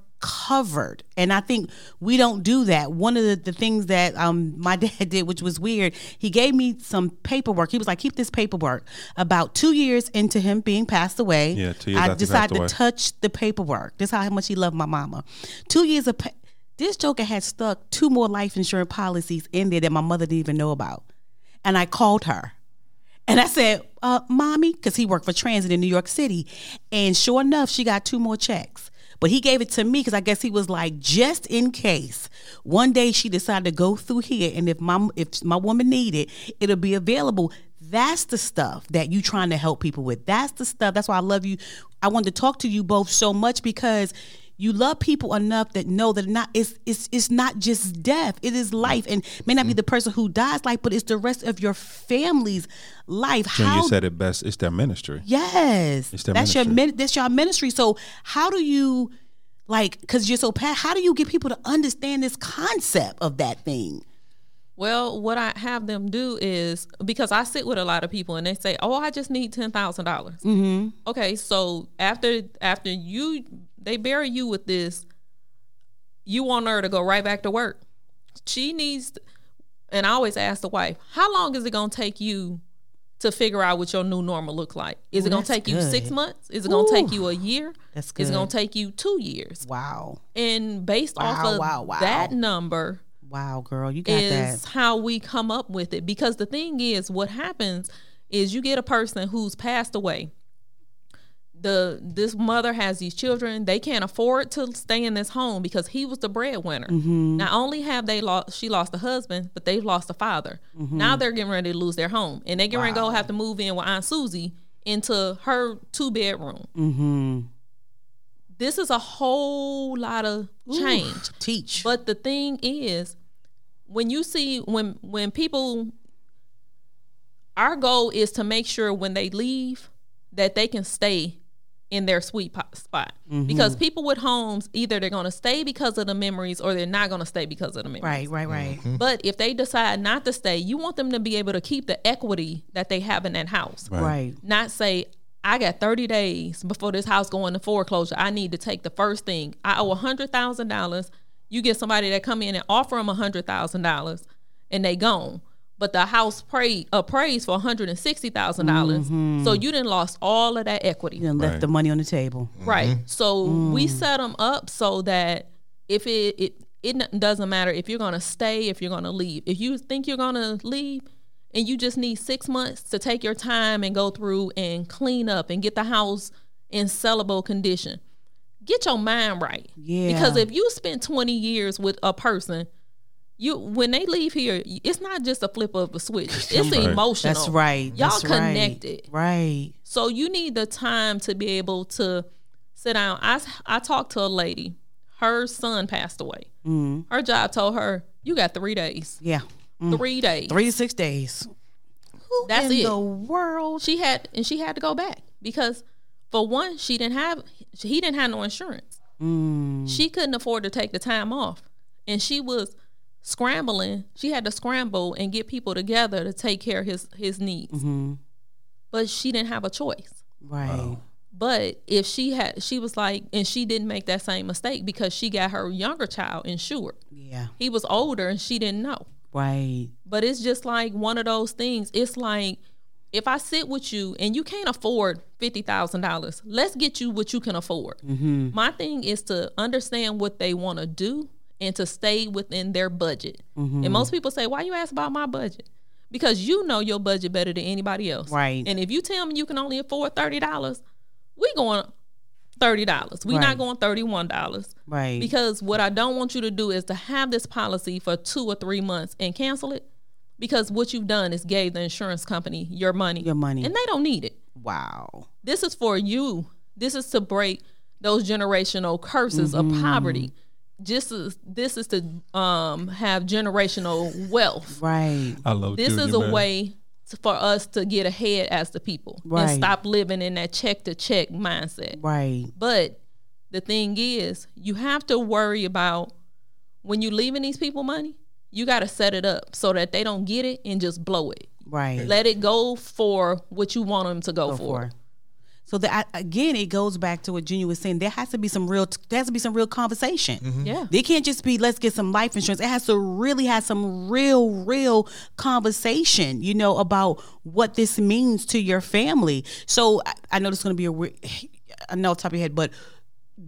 A: covered and i think we don't do that one of the, the things that um my dad did which was weird he gave me some paperwork he was like keep this paperwork about two years into him being passed away
B: Yeah, two years
A: i
B: after he passed
A: decided
B: away.
A: to touch the paperwork this is how much he loved my mama two years of pa- this joker had stuck two more life insurance policies in there that my mother didn't even know about and i called her and I said, uh, Mommy, because he worked for transit in New York City. And sure enough, she got two more checks. But he gave it to me because I guess he was like, just in case one day she decided to go through here, and if my if my woman need it, it'll be available. That's the stuff that you trying to help people with. That's the stuff. That's why I love you. I wanted to talk to you both so much because you love people enough that know that not it's it's it's not just death it is life and may
B: Mm.
A: not be the person who dies life but it's the rest of your family's life
B: Junior
A: how
B: said it best. It's their ministry.
A: yes
B: It's their
A: that's your
B: ministry.
A: min- that's your ministry so how do you like because you're so pat how do you get people to understand this concept of that thing
C: Well, what I have them do is because I sit with a lot of people and they say, "Oh, I just need ten thousand dollars." Mm-hmm. Okay, so after after you they bury you with this, you want her to go right back to work. She needs, and I always ask the wife, "How long is it going to take you to figure out what your new normal look like? Is it going
A: that's
C: to take you six
A: good.
C: months? Is it going to take you a year?
A: That's
C: Is it going
A: good.
C: to take you two years?"
A: wow
C: And based off
A: Wow,
C: of
A: wow, wow.
C: that number
A: wow girl you got
C: is
A: that
C: how we come up with it because the thing is what happens is you get a person who's passed away the this mother has these children they can't afford to stay in this home because he was the breadwinner
A: Mm-hmm.
C: not only have they lost she lost a husband but they've lost a father
A: Mm-hmm.
C: now they're getting ready to lose their home and they're getting ready to go have to move in with aunt susie into her two bedroom
A: Mm. Mm-hmm.
C: this is a whole lot of change
A: teach
C: but the thing is, when you see when when people our goal is to make sure when they leave that they can stay in their sweet po- spot because people with homes either they're going to stay because of the memories or they're not going to stay because of the memories.
A: right right
B: Mm-hmm.
A: right
C: But if they decide not to stay, you want them to be able to keep the equity that they have in that house
A: right
C: not say I got 30 days before this house going to foreclosure. I need to take the first thing. I owe $100,000. You get somebody that come in and offer them $100,000 and they gone. But the house pray, appraised for $160,000. dollars So you didn't lost all of that equity.
A: you done left
B: Right.
A: the money on the table
C: Right. So
A: Mm.
C: we set them up so that if it, it it n- doesn't matter if you're gonna stay, if you're gonna leave. If you think you're gonna leave, and you just need six months to take your time and go through and clean up and get the house in sellable condition, get your mind right.
A: Yeah.
C: Because if you spend 20 years with a person, you when they leave here, it's not just a flip of a switch. It's
B: Right.
C: emotional.
A: That's right.
C: Y'all
A: That's right.
C: connected.
A: Right.
C: So you need the time to be able to sit down. I I talked to a lady. Her son passed away.
A: Mm-hmm.
C: Her job told her, "You got three days.
A: Yeah. Mm.
C: Three days.
A: Three to six days. Who
C: That's
A: in
C: it.
A: the world?
C: She had and she had to go back because, for one, she didn't have he didn't have no insurance.
A: Mm,
C: She couldn't afford to take the time off, and she was scrambling. She had to scramble and get people together to take care of his his needs.
A: Mm-hmm.
C: But she didn't have a choice.
A: Right.
C: But if she had, she was like, and she didn't make that same mistake because she got her younger child insured.
A: Yeah.
C: He was older and she didn't know.
A: Right.
C: But it's just like one of those things. It's like, if I sit with you and you can't afford $50,000, let's get you what you can afford.
A: Mm-hmm.
C: My thing is to understand what they want to do and to stay within their budget.
A: Mm-hmm.
C: And most people say, why you ask about my budget? Because you know your budget better than anybody else.
A: Right.
C: And if you tell me you can only afford $30, we going $30. We're
A: Right.
C: not going $31.
A: Right.
C: Because what I don't want you to do is to have this policy for two or three months and cancel it. Because what you've done is gave the insurance company your money.
A: Your money.
C: And they don't need it.
A: wow.
C: This is for you. This is to break those generational curses
A: Mm-hmm.
C: of poverty. Just is, this is to um, have generational wealth.
A: Right.
B: I love
C: This
B: Junior,
C: is a
B: man.
C: way to, for us to get ahead as the people
A: Right.
C: and stop living in that check to check mindset.
A: Right.
C: But the thing is, you have to worry about when you leaving these people money, you got to set it up so that they don't get it and just blow it.
A: Right.
C: Let it go for what you want them to go,
A: for.
C: for.
A: So that I- again, it goes back to what Junior was saying. There has to be some real. There has to be some real conversation.
C: Yeah.
A: They can't just be let's get some life insurance. It has to really have some real, real conversation, you know, about what this means to your family. So I, I know this is going to be a weird. I know off the top of your head, but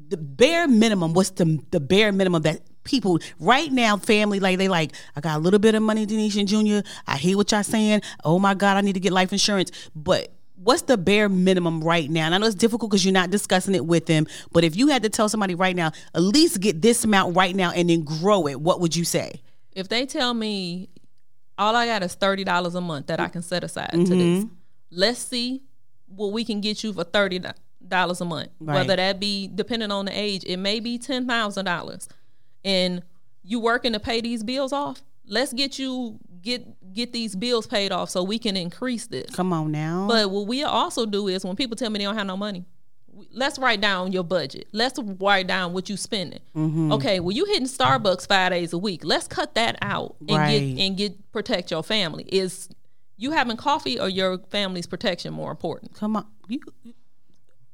A: the bare minimum. What's the the bare minimum that people right now, family, like they like. I got a little bit of money, Denise and Junior. I hear what y'all saying. Oh my God, I need to get life insurance, but. What's the bare minimum right now? And I know it's difficult because you're not discussing it with them, but if you had to tell somebody right now, at least get this amount right now and then grow it, what would you say?
C: If they tell me all I got is thirty dollars a month that I can set aside to this, let's see what we can get you for thirty dollars a month. Whether that be depending on the age, it may be ten thousand dollars, and you working to pay these bills off. Let's get you get get these bills paid off so we can increase this.
A: Come on now.
C: But what we also do is when people tell me they don't have no money, we- let's write down your budget. Let's write down what you spending.
B: Mm-hmm.
C: Okay, well you hitting Starbucks five days a week. Let's cut that out and
A: Right.
C: get and get protect your family. Is you having coffee or your family's protection more important?
A: Come on. You,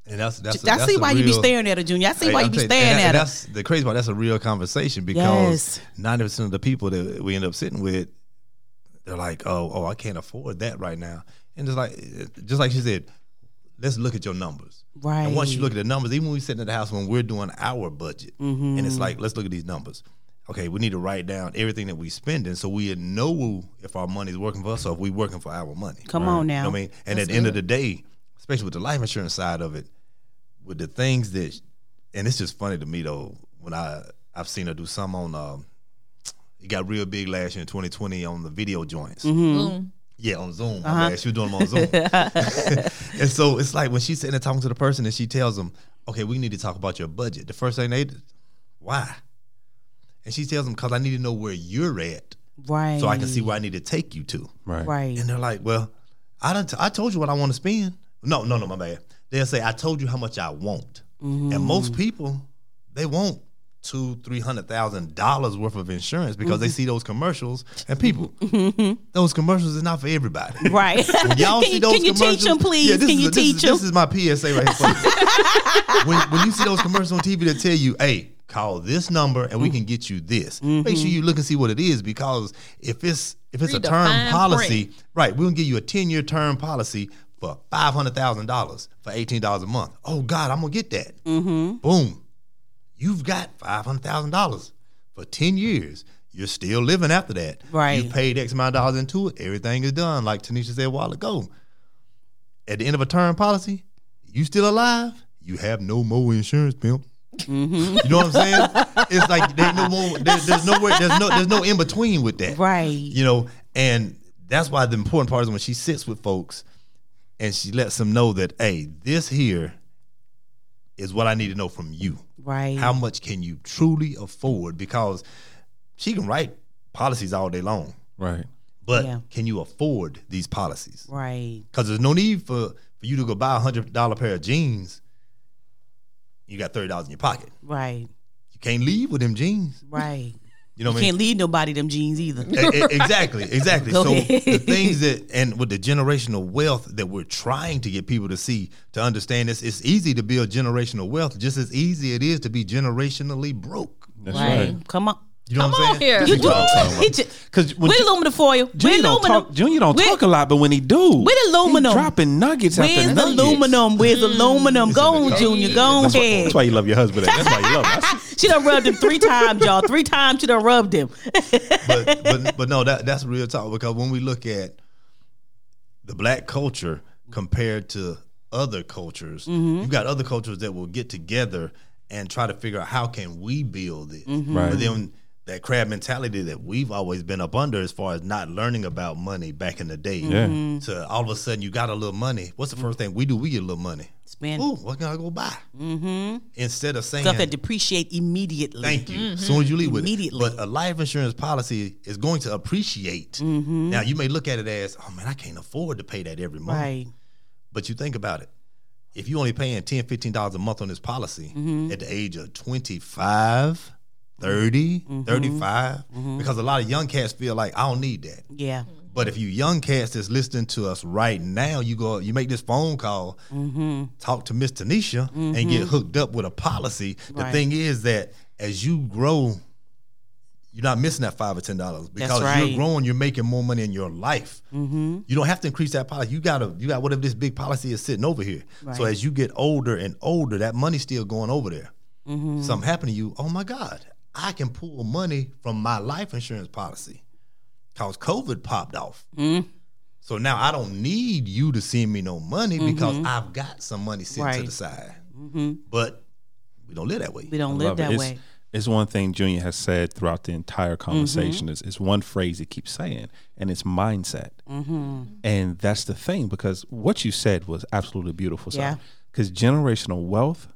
D: And that's that's
A: I
D: that's
A: see
D: a
A: why you be
D: real-
A: staring at her, Junior. I see why
D: I'm
A: you be
D: saying-
A: staring
D: and that-
A: at
D: and
A: her.
D: That's the crazy part. That's a real conversation because
A: Yes.
D: ninety percent of the people that we end up sitting with, they're like, "Oh, oh, I can't afford that right now," and it's like, just like she said, let's look at your numbers.
A: Right.
D: And once you look at the numbers, even when we're sitting at the house when we're doing our budget, and
A: Mm-hmm.
D: it's like, let's look at these numbers. Okay, we need to write down everything that we spending so we know if our money's working for us or if we working for our money.
A: Come on now.
D: You know what I mean? And at the end of the day, especially with the life insurance side of it, with the things that, and it's just funny to me though when I I've seen her do some on. Um, it got real big last year in 2020 on the video joints.
B: Hmm.
D: Yeah, on Zoom. I mean, she was doing them on Zoom. and so it's like when she's sitting there talking to the person and she tells them, okay, we need to talk about your budget. The first thing they did, why? And she tells them, because I need to know where you're at
A: Right.
D: so I can see where I need to take you to.
B: Right.
A: Right.
D: And they're like, "Well, I don't. I told you what I want to spend. No, no, no, my bad. They'll say, "I told you how much I want."
A: Mm-hmm.
D: And most people, they want two, three hundred thousand dollars worth of insurance because
A: Mm-hmm.
D: they see those commercials and people. Those commercials is not for everybody.
A: Right.
D: When y'all
A: can,
D: see
A: you-
D: those
A: can you
D: commercials,
A: teach them, please?
D: Yeah, this
A: can
D: is
A: you
D: a- this is-
A: teach them?
D: This is my PSA right here. folks. when, when you see those commercials on TV that tell you, "Hey, call this number and we can get you this," make
A: Mm-hmm.
D: sure you look and see what it is because if it's if it's
C: Read
D: a
C: the
D: term
C: fine
D: policy, right, we'll give you a ten year term policy for five hundred thousand dollars for eighteen dollars a month. Oh God, I'm gonna get that. Boom, you've got five hundred thousand dollars for ten years. You're still living after that.
A: Right.
D: You paid X amount of dollars into it. Everything is done. Like Tanisha said a while ago. At the end of a term policy, you still alive. You have no more insurance, pimp. You know what I'm saying? it's like there's no more. There, there's nowhere. There's no. There's no in between with that.
A: Right.
D: You know, and that's why the important part is when she sits with folks, and she lets them know that, hey, this here is what I need to know from you.
A: Right.
D: How much can you truly afford? Because she can write policies all day long,
B: Right.
D: but
A: Yeah.
D: can you afford these policies?
A: right.
D: Because there's no need for for you to go buy a hundred dollar pair of jeans. You got thirty dollars in your pocket.
A: Right.
D: You can't leave with them jeans.
A: Right.
D: You know what I mean?
A: Can't leave nobody them jeans either.
D: E- e- exactly, exactly.
A: Go
D: so
A: ahead.
D: the things that and with the generational wealth that we're trying to get people to see to understand this, it's easy to build generational wealth, just as easy it is to be generationally broke.
B: That's
A: Right.
B: right.
A: Come on.
D: You know
C: Come
D: what I'm
C: on
D: saying?
C: here.
A: You
C: That's
A: do
D: what I'm talking about.
A: it. Ju-
B: Because when
A: With
B: Ju-
A: aluminum foil.
B: Junior
A: with
B: don't
A: aluminum.
B: talk, Junior don't
A: With-
B: talk a lot, but when he do,
A: with aluminum.
B: he dropping nuggets
A: Where's
B: after
A: the
B: nuggets.
A: aluminum? Where's
D: Mm.
A: the aluminum? Go on, Junior. Go on
D: That's why-
A: ahead.
B: That's why you love your husband. That's why you love us.
A: She done rubbed him three times, y'all. Three times she done rubbed him.
D: but but but no, that that's real talk because when we look at the black culture compared to other cultures,
A: Mm-hmm.
D: you've got other cultures that will get together and try to figure out how can we build it.
A: Mm-hmm.
B: Right.
D: But then that crab mentality that we've always been up under as far as not learning about money back in the day.
B: Yeah.
A: Mm-hmm.
D: So all of a sudden you got a little money. What's the first thing we do? We get a little money.
A: Spend
D: Ooh, what can I go buy? Mm-hmm. Instead of saying
A: stuff that depreciate immediately.
D: Thank you. As soon as you leave with it.
A: Immediately.
D: But a life insurance policy is going to appreciate. Now you may look at it as, oh man, I can't afford to pay that every month.
A: Right.
D: But you think about it. If you only paying 10 dollars a month on this policy at the age of 25, 30, 35, because a lot of young cats feel like I don't need that.
A: Yeah.
D: But if you young cats that's listening to us right now, you go, you make this phone call,
A: Mm-hmm.
D: talk to Miss Tanisha, and get hooked up with a policy. The
A: Right.
D: thing is that as you grow, you're not missing that five or ten dollars because
A: right. Mm-hmm.
D: you're growing. You're making more money in your life. You don't have to increase that policy. You gotta, you got whatever this big policy is sitting over here. So as you get older and older, that money's still going over there.
A: Mm.
D: Something happened to you. Oh my God, I can pull money from my life insurance policy cause COVID popped off.
A: Mm.
D: So now I don't need you to send me no money because I've got some money sitting to
A: Mm-hmm. Right. Mm-hmm.
D: the side. But we don't live that way.
A: We don't
B: I
A: live
B: love it.
A: that
B: it's,
A: way. Mm-hmm.
B: It's one thing Junior has said throughout the entire conversation. Is it's one phrase he keeps saying, and it's mindset.
A: Mm-hmm.
B: And that's the thing because what you said was absolutely beautiful.
A: Yeah.
B: Because generational wealth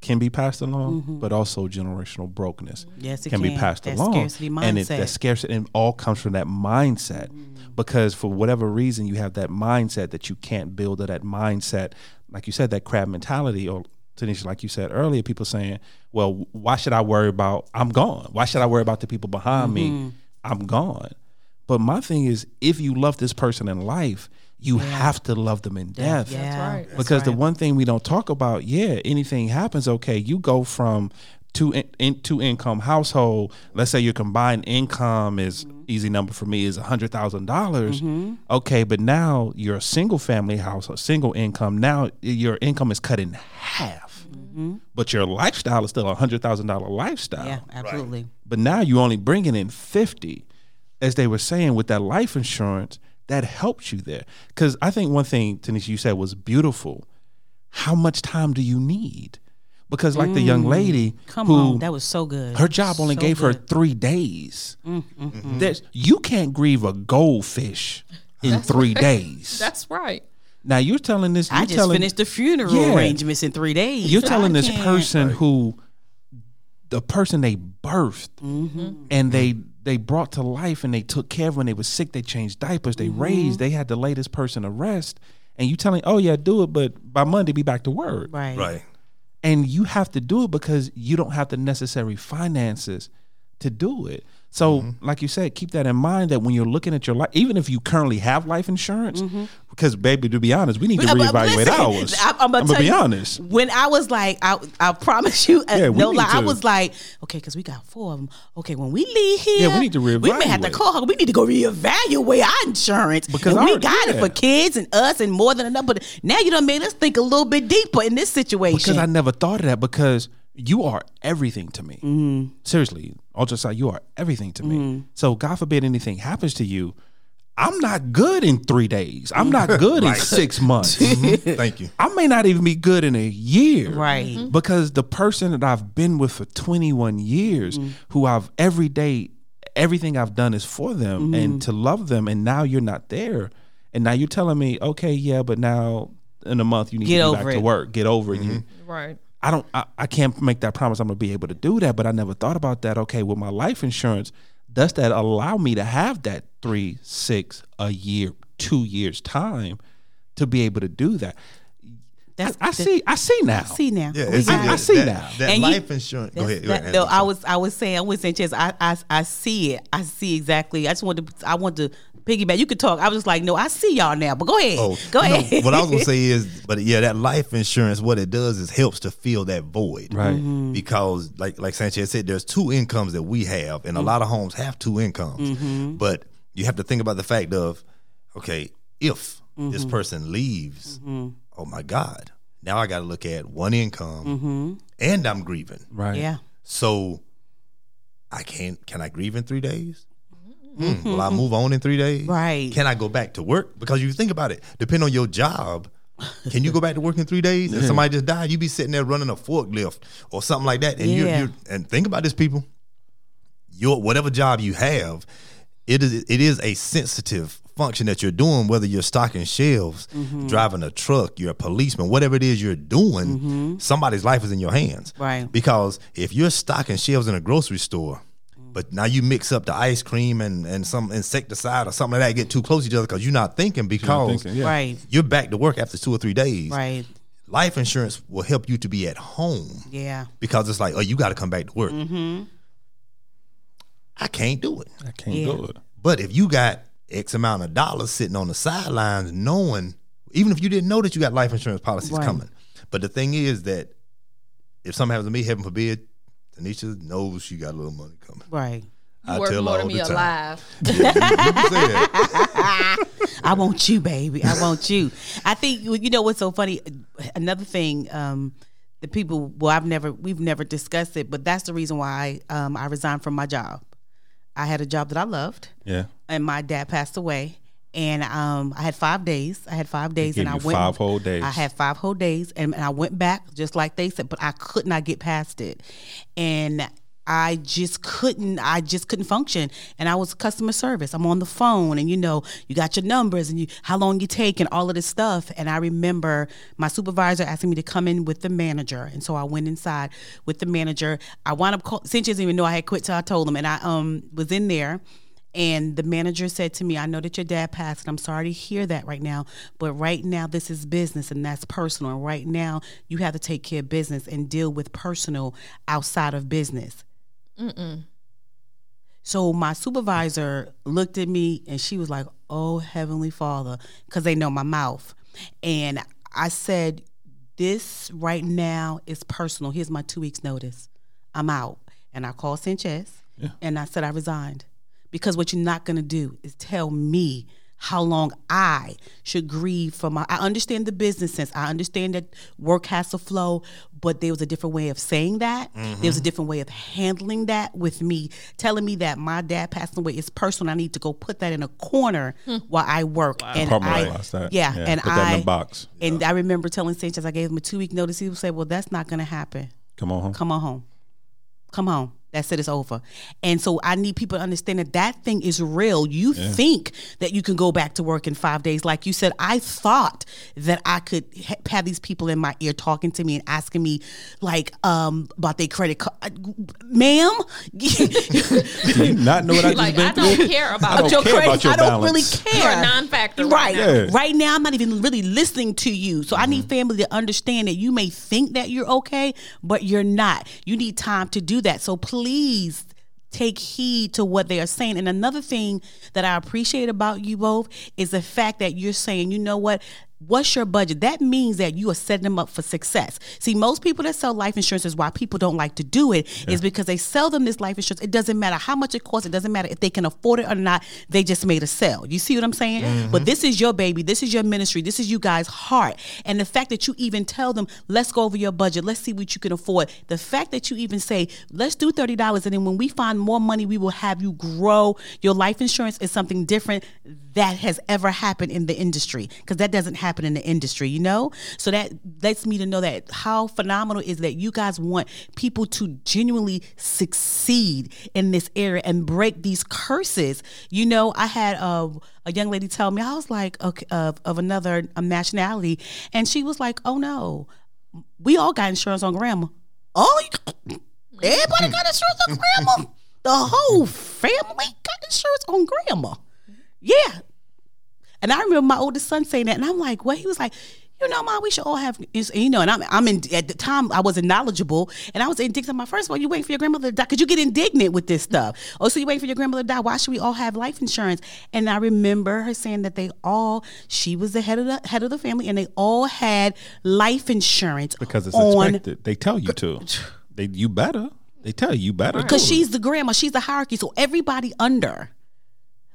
B: can be passed along, but also generational brokenness
A: Mm-hmm. Yes, it
B: can, be
A: can.
B: passed
A: That
B: along.
A: scarcity
B: And it, that
A: mindset.
B: scarcity and all comes from that mindset. Because for whatever reason, you have that mindset that you can't build, or that mindset, like you said, that crab mentality, or Tanisha, like you said earlier, people saying, well, why should I worry about, I'm gone. Why should I worry about the people behind me? I'm gone. But my thing is, if you love this person in life, you have to love them in death
A: Yeah.
C: right.
B: because the one thing we don't talk about, yeah, anything happens. Okay, you go from two in, in, two income household. Let's say your combined income is
C: Mm-hmm.
B: easy number for me is a hundred dollars. Okay, but now you're a single family household, single income. Now your income is cut in half,
C: Mm-hmm.
B: but your lifestyle is still a hundred thousand dollar lifestyle
A: Yeah, absolutely.
B: but now you're only bringing in 50 as they were saying with that life insurance that helps you there because i think one thing tanisha you said was beautiful how much time do you need because like the young lady
A: Mm. Come
B: who
A: on. That was so good.
B: her job only
A: So
B: gave her
A: good. Mm,
B: three days There's, you can't grieve a goldfish in three days
C: That's right.
B: now you're telling this you're
A: I just
B: telling,
A: finished the funeral
B: Yeah.
A: arrangements in three days.
B: you're telling
A: I
B: this
A: can't-
B: person who the person they birthed
A: Mm-hmm.
B: and they they brought to life and they took care of when they was sick they changed diapers
A: Mm-hmm.
B: they raised they had to lay this person to rest and you telling oh yeah do it but by monday be back to work
A: Right.
D: right.
B: and you have to do it because you don't have the necessary finances to do it so like you said keep that in mind that when you're looking at your life even if you currently have life insurance because baby to be honest we need to
A: Mm-hmm. But- but
B: reevaluate
A: listen,
B: ours
A: I, am gonna
B: I'ma
A: tell
B: be
A: you,
B: honest
A: When I was like, I, I promise you, uh,
B: Yeah, we
A: no
B: need
A: lie, I
B: to-
A: was like, okay, because we got four of them. Okay, when we leave here,
B: we need to
A: We may have to
B: reevaluate.
A: call. her. We need to go reevaluate our insurance
B: Because
A: because we
B: our-
A: got it
B: yeah.
A: for kids and us and more than enough. But now you done made us think a little bit deeper in this situation.
B: Because I never thought of that because you are everything to me.
A: Mm-hmm.
B: Seriously, ultrasound, you are everything to me. So God forbid anything happens to you, I'm not good in three days. I'm not good in six months.
D: Thank you.
B: I may not even be good in a year.
A: Mm-hmm. Right.
B: Because the person that I've been with for 21 years,
A: Mm-hmm.
B: who I've every day, everything I've done is for them
A: Mm-hmm.
B: and to love them. And now you're not there. And now you're telling me, okay, yeah, but now in a month you need
A: Get
B: to be
A: over
B: back to
A: it.
B: work. Get over it. You-
C: Right.
B: I don't I, I can't make that promise I'm gonna be able to do that, but I never thought about that. Okay, with my life insurance, does that allow me to have that three, six, a year, two years time to be able to do that?
A: That's
B: I see I see now.
A: See now.
D: Yeah,
A: We
D: it's,
A: got
B: I- I
A: it.
B: see
D: that,
B: now.
D: That
A: And you-
D: life insurance. Go
A: That's-
D: ahead. Go ahead
A: that- though
D: Angela.
A: I was I was saying I was saying Chess, I, I I see it. I see exactly. I just wanted to I wanted to piggyback. You could talk. I was just like, no, I see y'all now, but go ahead.
D: Oh,
A: go
D: you know,
A: ahead.
D: what I was gonna say is, but yeah, that life insurance, what it does is helps to fill that void,
B: Right.
A: Mm-hmm.
D: Because like like Sanchez said, there's two incomes that we have,
A: Mm.
D: and a lot of homes have two incomes.
A: Mm-hmm.
D: But you have to think about the fact of, okay, if
A: Mm-hmm.
D: this person leaves, oh my God, now I got to look at one income,
A: Mm-hmm.
D: and I'm grieving.
B: Right.
A: yeah.
D: So I can't. Can I grieve in three days? Hmm, will I move on in three days?
A: Mm-hmm. Right.
D: Can I go back to work? Because you think about it, depending on your job, can you go back to work in three days? And somebody just died, you be sitting there running a forklift or something like that. And
A: Yeah.
D: you, you and think about this, people. Your whatever job you have, it is it is a sensitive function that you're doing. Whether you're stocking shelves,
A: Mm-hmm.
D: driving a truck, you're a policeman, whatever it is you're doing, somebody's life is in your hands.
A: Mm-hmm. Right.
D: Because if you're stocking shelves in a grocery store,
A: Mm-hmm.
D: but now you mix up the ice cream and, and some insecticide or something like that, get too close to each other because you're not thinking because
B: thinking, yeah.
A: Right.
D: you're back to work after two or three days.
A: Right.
D: Life insurance will help you to be at home
A: Yeah.
D: because it's like, oh, you got to come back to work.
C: Mm-hmm.
D: I can't do it.
B: I can't
A: Yeah.
B: do it.
D: But if you got X amount of dollars sitting on the sidelines, knowing, even if you didn't know that you got life insurance policies
A: Right.
D: coming. But the thing is that if something happens to me, heaven forbid, Tanisha knows she got a little money coming.
A: Right.
C: You worth more than me alive.
D: You can say that.
A: I want you, baby. I want you. I think you know what's so funny. Another thing, um, the people. Well, I've never we've never discussed it, but that's the reason why um, I resigned from my job. I had a job that I loved,
B: Yeah.
A: and my dad passed away, and um, I had five days. I had five days,
B: Give
A: and I
B: you
A: went
B: five whole days.
A: I had five whole days, and, and I went back just like they said, but I could not get past it, and I just couldn't. I just couldn't function, and I was customer service. I'm on the phone, and you know, you got your numbers, and you how long you take, and all of this stuff. And I remember my supervisor asking me to come in with the manager, and so I went inside with the manager. I wound up call, Sanchez didn't even know I had quit till I told him, and I um was in there. And the manager said to me, I know that your dad passed, and I'm sorry to hear that right now, but right now this is business and that's personal. And right now you have to take care of business and deal with personal outside of business. So my supervisor looked at me and she was like, Oh, Heavenly Father, because they know my mouth. And I said, This right now is personal. Here's my two weeks' notice. I'm out. And I called Sanchez and I said, I resigned. Because what you're not going to do is tell me how long I should grieve for my. I understand the business sense. I understand that work has to flow, but there was a different way of saying that.
B: Mm-hmm.
A: There was a different way of handling that with me, telling me that my dad passing away is personal. I need to go put that in a corner while I work. And I,
B: Compromise that.
A: yeah, and
B: put
A: I
B: that in the box.
A: And I remember telling Sanchez I gave him a two week notice. He would say, "Well, that's not going to happen."
B: Come on home.
A: come on home. Come home. That's it. It's over. And so I need people to understand that that thing is real. You think that you can go back to work in five days. Like you said, I thought that I could ha- have these people in my ear talking to me and asking me, like, um, about their credit card. Ma'am?
B: Do you not know what I just
C: Like
B: been
C: I
B: through?
C: don't care
B: I
C: about
B: don't
C: you.
B: care about your
A: I don't
B: balance.
A: really
C: You're
A: care
C: a non-factor.
A: right
C: Right. now.
B: Yeah. Mm-hmm.
A: right now i'm not even really listening to you so i need family to understand that you may think that you're okay but you're not you need time to do that so please take heed to what they are saying and another thing that i appreciate about you both is the fact that you're saying you know what What's your budget? That means that you are setting them up for success. See, most people that sell life insurance is why people don't like to do it is because they sell them this life insurance. It doesn't matter how much it costs. It doesn't matter if they can afford it or not. They just made a sale. You see what I'm saying? But this is your baby. This is your ministry. This is you guys' heart. And the fact that you even tell them, let's go over your budget. Let's see what you can afford. The fact that you even say, let's do $30. And then when we find more money, we will have you grow. Your life insurance is something different that has ever happened in the industry because that doesn't happen in the industry, you know? So that lets me to know that how phenomenal is that you guys want people to genuinely succeed in this area and break these curses. You know, I had a, a young lady tell me, I was like, okay, of, of another um, nationality, and she was like, oh no, we all got insurance on grandma. Oh, you- everybody got insurance on grandma. The whole family got insurance on grandma. Yeah. And I remember my oldest son saying that, and I'm like, "What?" He was like, "You know, mom, we should all have, it's- you know." And I'm, I'm in at the time I wasn't knowledgeable, and I was indignant. My first of all, you waiting for your grandmother to die because you get indignant with this stuff. Oh, so you waiting for your grandmother to die? Why should we all have life insurance? And I remember her saying that they all, she was the head of the head of the family, and they all had life insurance
B: because it's
A: on
B: expected. They tell you to. They you better. They tell you better.
A: because she's the grandma, she's the hierarchy. So everybody under,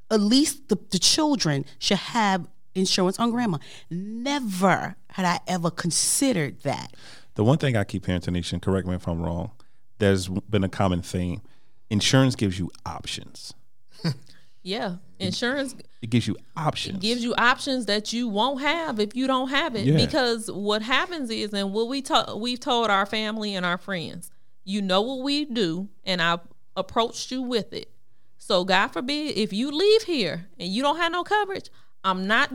A: at least the, the children, should have insurance on grandma. Never had I ever considered that.
B: The one thing I keep hearing, Tanisha, and correct me if I'm wrong, there's been a common theme. Insurance gives you options.
C: Yeah, insurance
B: It gives you options.
C: gives you options that you won't have if you don't have it.
B: Yeah.
C: Because what happens is, and what we to- we've told our family and our friends, you know what we do, and I approached you with it. So God forbid if you leave here and you don't have no coverage, I'm not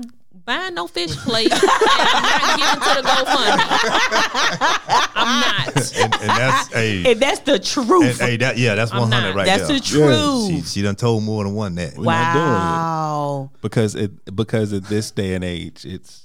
C: buying no fish plate and I'm not giving to the GoFundMe. I'm not.
D: and, and that's hey,
A: And that's the
D: and,
A: truth.
D: hey, that yeah, that's
C: I'm
D: one hundred
C: not.
D: right
A: that's
D: there.
A: the truth.
D: She she done told more than one that.
B: We're not doing it.
A: Wow.
B: because it because at this day and age, it's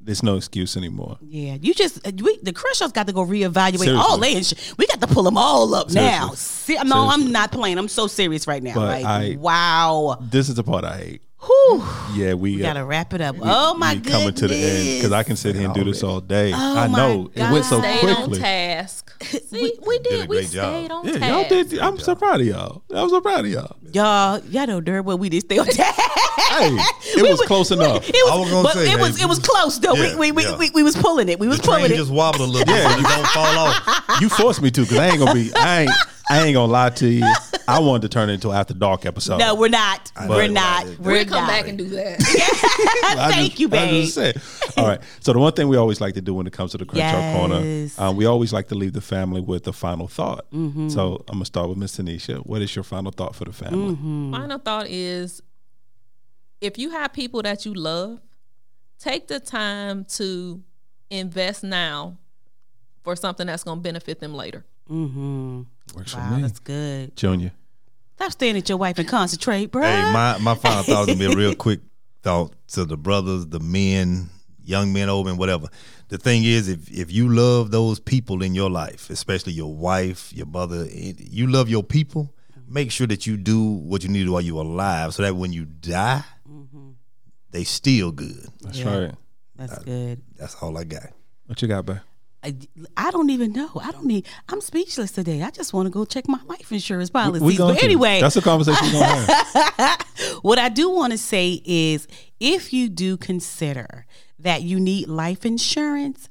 B: there's no excuse anymore.
A: Yeah, you just we, the Crenshaw's got to go reevaluate
B: Seriously.
A: all they insurance. We got to pull them all up now. Se- no, I'm
B: Seriously.
A: not playing. I'm so serious right now.
B: But
A: like,
B: I-
A: wow.
B: This is the part I hate.
A: Whew.
B: Yeah, we,
A: We
B: uh,
A: gotta wrap it up. oh my
B: we
A: goodness.
B: coming to the end because I can sit here and do this all day. I
A: Oh my
B: know it went so
C: Stayed on
B: quickly.
C: task. See, we, did.
D: a
C: we
D: great job.
C: stayed on
B: Yeah, y'all
C: task.
B: did. I'm so proud of y'all. I'm so proud of y'all.
A: Y'all, y'all know darn well we did stay on task.
B: Hey, it was close enough.
A: It was,
D: I was gonna
A: but
D: say,
A: it
D: hey,
A: was it was close though.
D: yeah,
A: we, we,
D: yeah.
A: we, we we was pulling it. We was
D: The train
A: pulling it.
D: just wobbled a little bit, yeah. it don't fall off.
B: You forced me to because I ain't gonna be. I ain't. I ain't gonna lie to you. I wanted to turn it into an after dark episode.
A: no, we're not. We're
D: know.
A: not.
D: We'll
A: We're
C: We'll come
A: not.
C: back and do that.
B: I
A: Thank
B: just-
A: you,
B: I
A: babe.
B: just said. All right. So the one thing we always like to do when it comes to the Crenshaw Corner,
A: Yes. Mm.
B: um, we always like to leave the family with a final thought.
A: Mm-hmm.
B: So I'm gonna start with Miss Tanisha. What is your final thought for the
A: Mm.
B: family?
A: Mm-hmm.
C: Final thought is if you have people that you love, take the time to invest now for something that's going to benefit them later.
B: Works
A: Wow,
B: for me,
A: that's good.
B: Junior.
A: Stop staring at your wife and concentrate, bro.
D: Hey, my my final thought is gonna be a real quick thought to the brothers, the men, young men, old men, whatever. The thing is, if if you love those people in your life, especially your wife, your mother, it, you love your people. Make sure that you do what you need to do while you're alive, so that when you die, they still good.
B: That's
A: Yeah.
B: right.
A: that's good.
D: That's all I got.
B: What you got, babe?
A: I, I don't even know. I don't need. I'm speechless today. I just want to go check my life insurance policies.
B: going
A: but
B: to.
A: anyway,
B: that's a conversation we're gonna have.
A: what I do want to say is if you do consider that you need life insurance,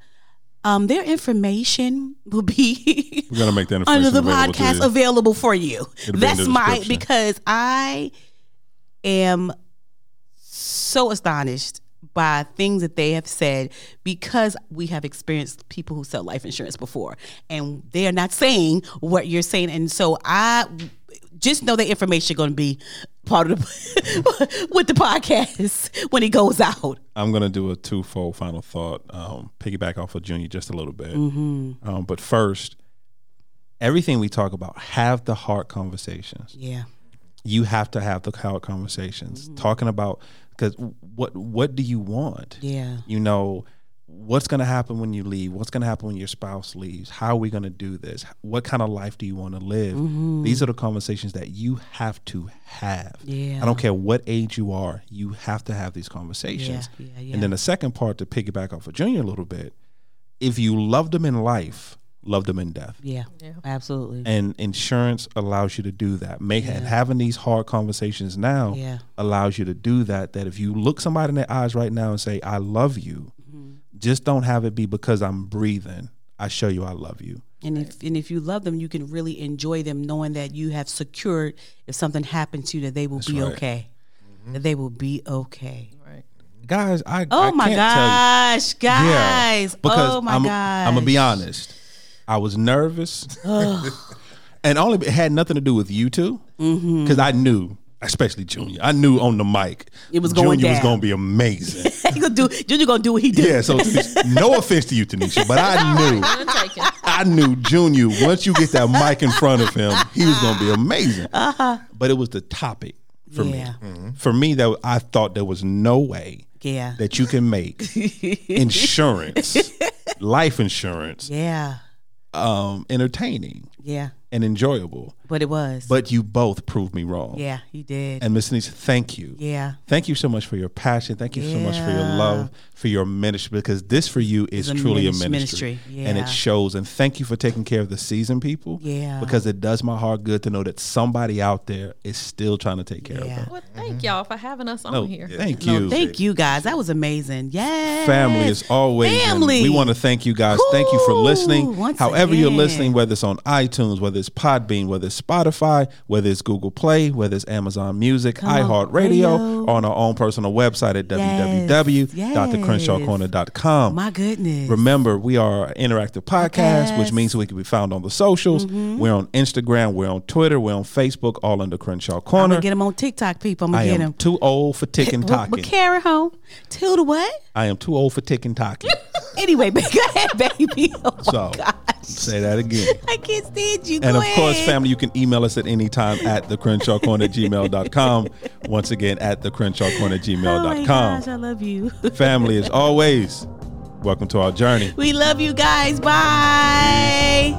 A: um, their information will be
B: We're gonna make that
A: under
B: information
A: the
B: available to
A: podcast
B: you.
A: available for you.
B: be in
A: That's
B: the
A: my
B: description.
A: because I am so astonished by things that they have said because we have experienced people who sell life insurance before and they are not saying what you're saying and so I just know that information going to be part of the with the podcast when it goes out.
B: I'm gonna do a twofold final thought, um, piggyback off of Junior just a little bit.
A: Mm-hmm.
B: Um, but first, everything we talk about, have the hard conversations.
A: Yeah.
B: You have to have the hard
A: Mm-hmm.
B: conversations, talking about because what what do you want?
A: Yeah.
B: You know, what's going to happen when you leave? What's going to happen when your spouse leaves? How are we going to do this? What kind of life do you want to live?
A: Mm-hmm.
B: These are the conversations that you have to have.
A: Yeah.
B: I don't care what age you are, you have to have these conversations.
A: Yeah, yeah, yeah.
B: And then the second part to piggyback off of Junior a little bit, if you love them in life, love them in death
A: Yeah, absolutely.
B: and insurance allows you to do that. Make and having these hard conversations now
A: Yeah.
B: allows you to do that. That if you look somebody in their eyes right now and say, "I love you,"
A: Mm-hmm.
B: just don't have it be because I'm breathing. I show you I love you.
A: And if and if you love them, you can really enjoy them, knowing that you have secured if something happens to you that they will be
B: right.
A: okay, that they will be okay.
C: Right.
B: Guys, I
A: Oh
B: I
A: my
B: can't tell you.
A: gosh, guys!
B: because
A: oh my
B: I'm,
A: gosh!
B: I'm gonna be honest. I was nervous, and only it had nothing to do with you two, because
A: Mm-hmm.
B: I knew, especially Junior. I knew on the mic
A: It was
B: Junior
A: going
B: was
A: down.
B: gonna be amazing.
A: He gonna do. Junior gonna do what he did.
B: Yeah, so Tanisha- no offense to you, Tanisha, but I knew,
C: None taken.
B: I knew Junior. Once you get that mic in front of him, he was gonna be amazing. Uh-huh. But it was the topic for
A: Yeah.
B: me. For me, that I thought there was no way
A: Yeah.
B: that you can make insurance, life insurance,
A: Yeah.
B: um, entertaining
A: Yeah.
B: and enjoyable.
A: But it was.
B: But you both proved me wrong.
A: yeah, you did.
B: And Miss Denise, thank you.
A: yeah.
B: Thank you so much for your passion. Thank you so much for your love, for your ministry, because this for you is
A: It's a
B: truly
A: minis-
B: a ministry.
A: ministry,
B: And
A: yeah.
B: it shows. And thank you for taking care of the season people.
A: Yeah.
B: Because it does my heart good to know that somebody out there is still trying to take care of
A: Yeah.
B: them.
C: Well, thank y'all for having us on
B: Oh,
C: here.
B: Thank you.
A: No, thank you guys. That was amazing. Yeah.
B: Family is always and
A: family.
B: We want to thank you guys. Thank you for
A: Ooh,
B: listening.
A: once
B: However, you're
A: again.
B: listening, whether it's on iTunes, whether it's Podbean, whether it's Spotify, whether it's Google Play, whether it's Amazon Music,
A: Radio.
B: iHeartRadio, or on our own personal website at
A: Yes,
B: www.drcrenshawcorner.com.
A: My goodness.
B: Remember, we are an interactive podcast,
A: Podcast. Mm-hmm.
B: which means we can be found on the socials. We're on Instagram, we're on Twitter, we're on Facebook, all under Crenshaw
A: I'm
B: Corner.
A: gonna get him on TikTok, people. I'm
B: I
A: gonna get
B: am
A: him.
B: too old for tick and
A: But, but
B: tocking.
A: carry home. Till the what?
B: I am too old for tick and tocking.
A: Anyway, ba- go ahead, baby. Oh my
B: So
A: gosh.
B: say that again.
A: I can't stand you.
B: And
A: go
B: of course,
A: ahead.
B: family, you can email us at any time at the Crenshaw Corner gmail.com. Once again, at the Crenshaw Corner
A: Oh my gosh,
B: gmail.com.
A: I love you.
B: Family, as always, welcome to our journey.
A: we love you guys. Bye.